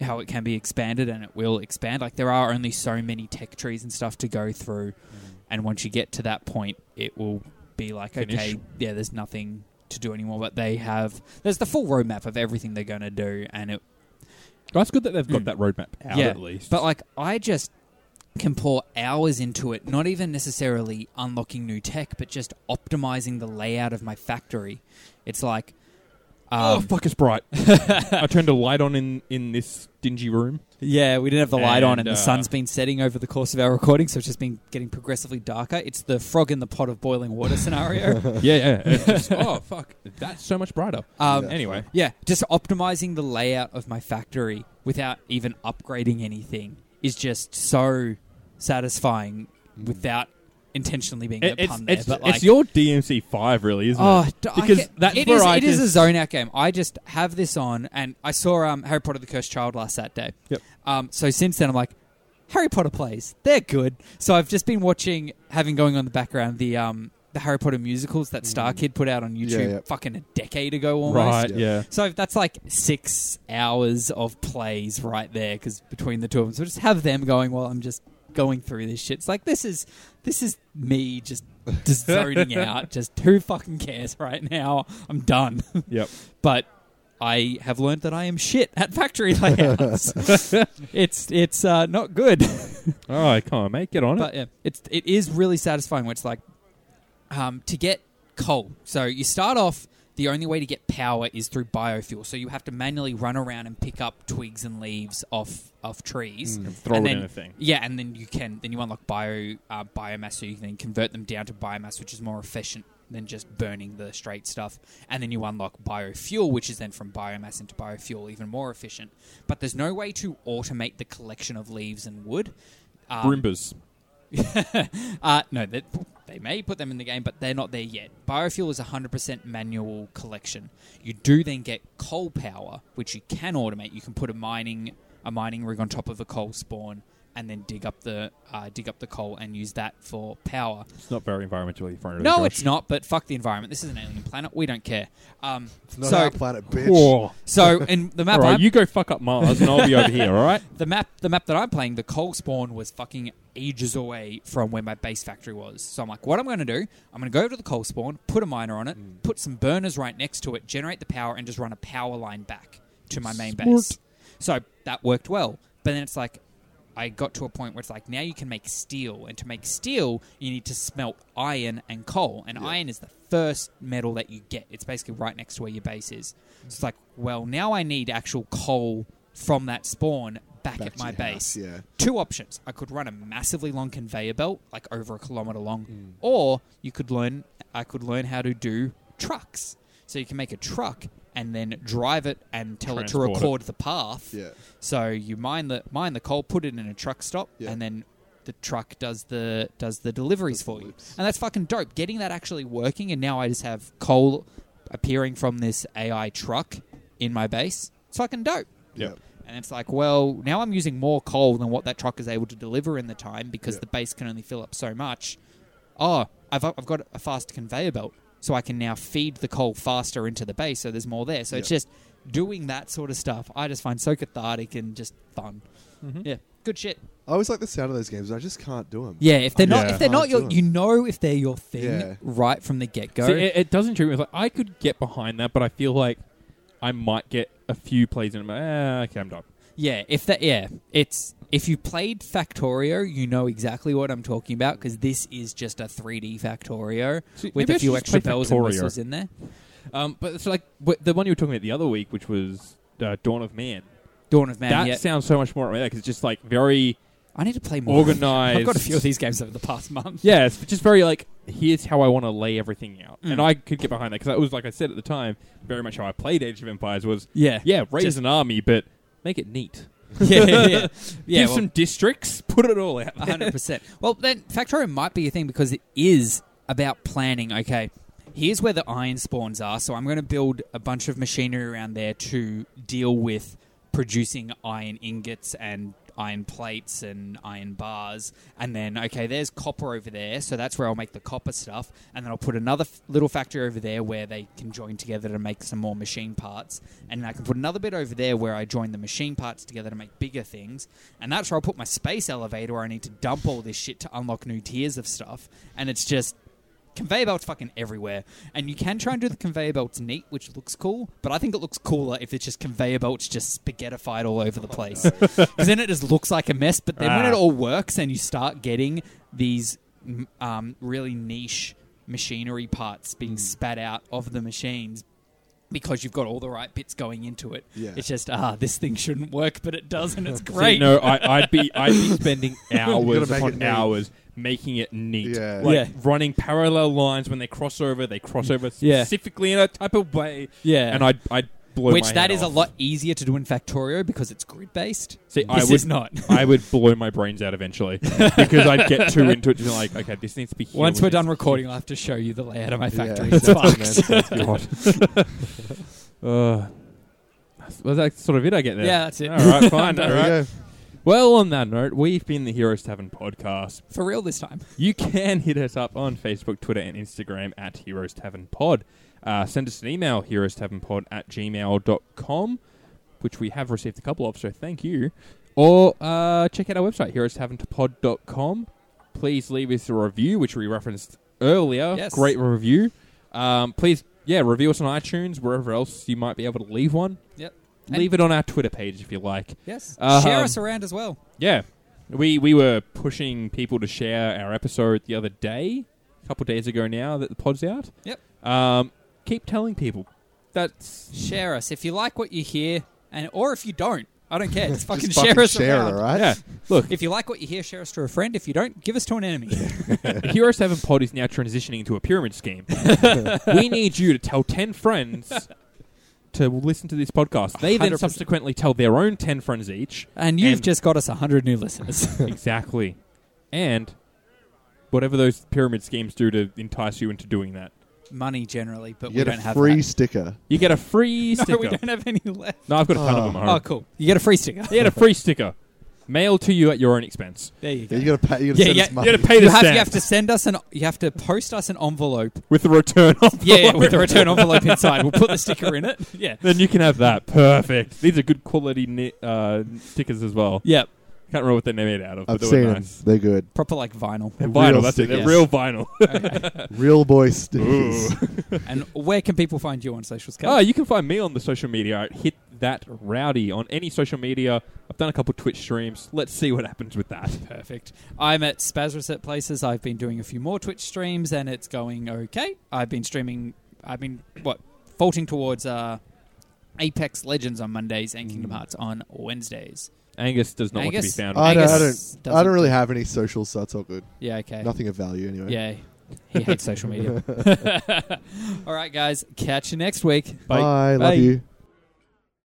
Speaker 1: how it can be expanded, and it will expand. Like there are only so many tech trees and stuff to go through, and once you get to that point, it will be like
Speaker 3: Finish.
Speaker 1: okay, yeah, there's nothing to do anymore. But they have there's the full roadmap of everything they're gonna do, and it
Speaker 3: That's good that they've got
Speaker 1: Mm.
Speaker 3: that roadmap out
Speaker 1: Yeah,
Speaker 3: at least.
Speaker 1: But like I just can pour hours into it, not even necessarily unlocking new tech, but just optimizing the layout of my factory. It's like
Speaker 3: oh
Speaker 1: um,
Speaker 3: fuck, it's bright. I turned a light on in in this dingy room.
Speaker 1: yeah, we didn't have the light on,
Speaker 3: And,
Speaker 1: and
Speaker 3: uh,
Speaker 1: the sun's been setting over the course of our recording, so it's just been getting progressively darker. It's the frog in the pot of boiling water scenario.
Speaker 3: yeah, yeah. It's just, oh fuck, that's so much brighter.
Speaker 1: Um,
Speaker 2: Yeah.
Speaker 3: anyway,
Speaker 1: Yeah, just optimizing the layout of my factory without even upgrading anything is just so satisfying without intentionally being
Speaker 3: Mm. It-
Speaker 1: a
Speaker 3: it's
Speaker 1: pun there.
Speaker 3: it's,
Speaker 1: but
Speaker 3: it's
Speaker 1: like,
Speaker 3: your DMC five, really, isn't
Speaker 1: oh,
Speaker 3: it?
Speaker 1: d- I
Speaker 3: Because
Speaker 1: ca-
Speaker 3: that's
Speaker 1: it
Speaker 3: where
Speaker 1: is-
Speaker 3: I
Speaker 1: it is a
Speaker 3: just-
Speaker 1: zone out game. I just have this on, and I saw um, Harry Potter: The Cursed Child last Saturday.
Speaker 3: Yep.
Speaker 1: Um, so since then, I'm like, Harry Potter plays. They're good. So I've just been watching, having going on in the background the um the Harry Potter musicals that Star Kid put out on YouTube
Speaker 2: yeah.
Speaker 1: fucking a decade ago almost.
Speaker 3: Mm. Right,
Speaker 2: Yeah.
Speaker 3: yeah.
Speaker 1: So that's like six hours of plays right there because between the two of them, so just have them going while I'm just going through this shit. It's like this is this is me just just zoning out. Just who fucking cares right now? I'm done.
Speaker 3: Yep.
Speaker 1: but I have learned that I am shit at factory layouts. it's it's uh, not good.
Speaker 3: All right, come on, mate, get on it.
Speaker 1: But yeah, it's it is really satisfying. Where it's like um, to get coal. So you start off. The only way to get power is through biofuel. So you have to manually run around and pick up twigs and leaves off off
Speaker 2: Hmm.
Speaker 1: trees.
Speaker 3: And throw
Speaker 1: and
Speaker 3: it
Speaker 1: then,
Speaker 3: in a thing.
Speaker 1: Yeah, and then you can then you unlock bio uh, biomass, so you can then convert them down to biomass, which is more efficient than just burning the straight stuff. And then you unlock biofuel, which is then from biomass into biofuel, even more efficient. But there's no way to automate the collection of leaves and wood. Um,
Speaker 3: Brimbas.
Speaker 1: uh, no, they, they may put them in the game, but they're not there yet. Biofuel is 100% manual collection. You do then get coal power, which you can automate. You can put a mining a mining rig on top of a coal spawn and then dig up the uh, dig up the coal and use that for power.
Speaker 3: It's not very environmentally friendly.
Speaker 1: No,
Speaker 3: Josh.
Speaker 1: it's not. But fuck the environment. This is an alien planet. We don't care. Um,
Speaker 2: It's not
Speaker 1: so,
Speaker 2: our planet, bitch.
Speaker 3: Whoa.
Speaker 1: so in the
Speaker 3: All
Speaker 1: map,
Speaker 3: right,
Speaker 1: I'm-
Speaker 3: you go fuck up Mars, and I'll be over here. All right.
Speaker 1: the map the map that I'm playing, the coal spawn was fucking ages away from where my base factory was. So I'm like, what I'm gonna do, I'm gonna go over to the coal spawn, put a miner on it, put some burners right next to it, generate the power, and just run a power line back to my main base. So that worked well. But then it's like I got to a point where it's like now you can make steel, and to make steel, you need to smelt iron and coal, and iron is the first metal that you get. It's basically right next to where your base is. So it's like, well, now I need actual coal from that spawn back,
Speaker 2: Back
Speaker 1: at
Speaker 2: to
Speaker 1: my
Speaker 2: your house,
Speaker 1: base.
Speaker 2: yeah.
Speaker 1: Two options: I could run a massively long conveyor belt, like over a kilometer long,
Speaker 2: Mm.
Speaker 1: or you could learn. I could learn how to do trucks, so you can make a truck and then drive it and tell it to
Speaker 3: Transport it.
Speaker 1: record the path.
Speaker 2: Yeah.
Speaker 1: So you mine the mine the coal, put it in a truck stop,
Speaker 2: Yeah.
Speaker 1: and then the truck does the does the deliveries
Speaker 2: Does the
Speaker 1: for you,
Speaker 2: loops.
Speaker 1: and that's fucking dope. Getting that actually working, and now I just have coal appearing from this AI truck in my base. It's fucking dope.
Speaker 3: Yep.
Speaker 1: And it's like, well, now I'm using more coal than what that truck is able to deliver in the time because
Speaker 2: Yeah.
Speaker 1: the base can only fill up so much. Oh, I've, I've got a fast conveyor belt, so I can now feed the coal faster into the base, so there's more there. So it's
Speaker 2: Yeah.
Speaker 1: just doing that sort of stuff. I just find so cathartic and just fun.
Speaker 2: Mm-hmm.
Speaker 1: Yeah, good shit.
Speaker 2: I always like the sound of those games. I just can't do them.
Speaker 1: Yeah, if they're not,
Speaker 3: Yeah.
Speaker 1: if they're not
Speaker 2: Hard
Speaker 1: your,
Speaker 2: doing.
Speaker 1: you know, if they're your thing
Speaker 2: Oh, Yeah.
Speaker 1: right from the get go.
Speaker 3: See, it, it doesn't treat me like I could get behind that, but I feel like I might get a few plays in. and I'm like, Ah, okay, I'm done.
Speaker 1: Yeah, if that yeah, it's if you played Factorio, you know exactly what I'm talking about because this is just a 3D Factorio
Speaker 3: See,
Speaker 1: with
Speaker 3: maybe I
Speaker 1: a
Speaker 3: should
Speaker 1: few
Speaker 3: just
Speaker 1: extra
Speaker 3: play
Speaker 1: bells
Speaker 3: Factorio.
Speaker 1: and whistles in there.
Speaker 3: Um, but it's like but the one you were talking about the other week, which was uh, Dawn of Man.
Speaker 1: Dawn of Man.
Speaker 3: that
Speaker 1: yeah.
Speaker 3: sounds so much more because it's just like very
Speaker 1: I need to play more.
Speaker 3: organized.
Speaker 1: I've got a few of these games over the past month.
Speaker 3: Yeah, it's just very like here's how I want to lay everything out,
Speaker 1: Mm.
Speaker 3: and I could get behind that because that was like I said at the time, very much how I played Age of Empires was
Speaker 1: Yeah,
Speaker 3: yeah, raise
Speaker 1: Just-
Speaker 3: an army, but make it neat.
Speaker 1: yeah, yeah. yeah. yeah
Speaker 3: Give
Speaker 1: well,
Speaker 3: some districts, put it all out. there.
Speaker 1: hundred percent. Well, then Factorio might be your thing because it is about planning. Okay, here's where the iron spawns are, so I'm going to build a bunch of machinery around there to deal with producing iron ingots and iron plates and iron bars. And then, okay, there's copper over there, so that's where I'll make the copper stuff. And then I'll put another f- little factory over there where they can join together to make some more machine parts. And then I can put another bit over there where I join the machine parts together to make bigger things. And that's where I'll put my space elevator where I need to dump all this shit to unlock new tiers of stuff. And it's just conveyor belts fucking everywhere. And you can try and do the conveyor belts neat, which looks cool, but I think it looks cooler if it's just conveyor belts just spaghettified all over the place. Because then it just looks like a mess. But then when
Speaker 3: Ah.
Speaker 1: it all works and you start getting these m- um, really niche machinery parts
Speaker 3: Hmm.
Speaker 1: being spat out of the machines. Because you've got all the right bits going into it.
Speaker 2: Yeah.
Speaker 1: It's just, ah, this thing shouldn't work, but it does, and it's
Speaker 3: So,
Speaker 1: great.
Speaker 3: no, I, I'd be I'd be spending hours
Speaker 2: make it
Speaker 3: upon
Speaker 2: neat.
Speaker 3: hours making it neat,
Speaker 2: Yeah.
Speaker 3: like
Speaker 1: Yeah.
Speaker 3: running parallel lines when they cross over. They cross over
Speaker 1: Yeah.
Speaker 3: specifically in a type of way,
Speaker 1: yeah.
Speaker 3: and I'd I'd blow my
Speaker 1: Which that
Speaker 3: head
Speaker 1: is
Speaker 3: off.
Speaker 1: a lot easier to do in Factorio because it's grid based.
Speaker 3: See, I
Speaker 1: This
Speaker 3: would
Speaker 1: is not.
Speaker 3: I would blow my brains out eventually because I'd get too into it to be like, okay, this needs to be. Here
Speaker 1: Once
Speaker 3: with
Speaker 1: we're
Speaker 3: this.
Speaker 1: done recording, I'll have to show you the layout of my factory.
Speaker 2: Yeah,
Speaker 1: It's
Speaker 2: exactly,
Speaker 1: fucked.
Speaker 2: man.
Speaker 3: God. uh, that's- well, that's sort of it. I get there.
Speaker 1: Yeah, that's it.
Speaker 3: All right, fine. all
Speaker 2: There
Speaker 3: right.
Speaker 2: you go.
Speaker 3: Well, on that note, we've been the Heroes Tavern podcast.
Speaker 1: For real this time.
Speaker 3: You can hit us up on Facebook, Twitter, and Instagram at Heroes Tavern Pod. Uh, send us an email, heroes tavern pod at gmail.com, which we have received a couple of, so thank you. Or uh, check out our website, heroes heroestavernpod.com. Please leave us a review, which we referenced earlier.
Speaker 1: Yes.
Speaker 3: Great review. Um, please, yeah, review us on iTunes, wherever else you might be able to leave one.
Speaker 1: Yep. And-
Speaker 3: Leave it on our Twitter page if you like.
Speaker 1: Yes.
Speaker 3: Um,
Speaker 1: Share us around as well.
Speaker 3: Yeah. We we were pushing people to share our episode the other day, a couple days ago now that the pod's out.
Speaker 1: Yep.
Speaker 3: Um, keep telling people. That's
Speaker 1: Share us if you like what you hear, and or if you don't, I don't care. Just fucking
Speaker 2: Just
Speaker 1: share us
Speaker 2: share,
Speaker 1: around.
Speaker 2: alright?
Speaker 3: yeah. Look,
Speaker 1: If you like what you hear, share us to a friend. If you don't, give us to an enemy.
Speaker 3: Hero Seven Pod is now transitioning into a pyramid scheme. we need you to tell ten friends to listen to this podcast. They then
Speaker 1: 100%.
Speaker 3: subsequently tell their own ten friends each.
Speaker 1: And you've
Speaker 3: And-
Speaker 1: just got us hundred new listeners.
Speaker 3: Exactly. And whatever those pyramid schemes do to entice you into doing that.
Speaker 1: Money generally, but
Speaker 2: You
Speaker 1: we
Speaker 2: get
Speaker 1: don't
Speaker 2: a
Speaker 1: have
Speaker 2: free
Speaker 1: that.
Speaker 2: sticker.
Speaker 3: You get a free
Speaker 1: No,
Speaker 3: sticker.
Speaker 1: we don't have any left.
Speaker 3: No, I've got a ton
Speaker 2: Oh.
Speaker 3: of them. at
Speaker 1: Oh,
Speaker 3: home.
Speaker 1: cool. You get a free sticker.
Speaker 3: You get a free sticker mailed to you at your own expense.
Speaker 1: There you go.
Speaker 2: Yeah, you gotta pay. You gotta
Speaker 1: Yeah,
Speaker 2: send
Speaker 1: yeah,
Speaker 2: us
Speaker 1: you
Speaker 2: money.
Speaker 3: gotta pay-
Speaker 1: You
Speaker 3: Peter
Speaker 1: have, you
Speaker 3: Stamp.
Speaker 1: have to send us an. You have to post us an envelope.
Speaker 3: With the return envelope.
Speaker 1: Yeah, yeah, with a return envelope inside. We'll put the sticker in it. Yeah.
Speaker 3: Then you can have that. Perfect. These are good quality ni- uh, stickers as well.
Speaker 1: Yeah.
Speaker 3: Can't remember what they're made out of, but
Speaker 2: I've
Speaker 3: they
Speaker 2: seen
Speaker 3: were
Speaker 2: them.
Speaker 3: nice.
Speaker 2: They're good.
Speaker 1: Proper like vinyl.
Speaker 3: They're
Speaker 2: Real
Speaker 3: vinyl. that's it. They're
Speaker 1: stickers.
Speaker 3: real vinyl.
Speaker 1: Okay.
Speaker 2: Real boy stickers.
Speaker 1: and where can people find you on social scale?
Speaker 3: oh, you can find me on the social media at Hit That Rowdy on any social media. I've done a couple Twitch streams. Let's see what happens with that.
Speaker 1: Perfect. I'm at Spazrus at places. I've been doing a few more Twitch streams and it's going okay. I've been streaming. I've been what faulting towards uh, Apex Legends on Mondays and Kingdom Hearts on Wednesdays.
Speaker 3: Angus does not want to
Speaker 1: Angus?
Speaker 3: be found.
Speaker 2: I
Speaker 3: on
Speaker 2: don't, I
Speaker 1: Angus
Speaker 2: don't. I
Speaker 1: doesn't-
Speaker 2: don't really have any socials, so it's all good.
Speaker 1: Yeah. Okay.
Speaker 2: Nothing of value, anyway.
Speaker 1: Yeah. He hates social media. All right, guys. Catch you next week.
Speaker 2: Bye. Love
Speaker 3: Bye.
Speaker 2: you.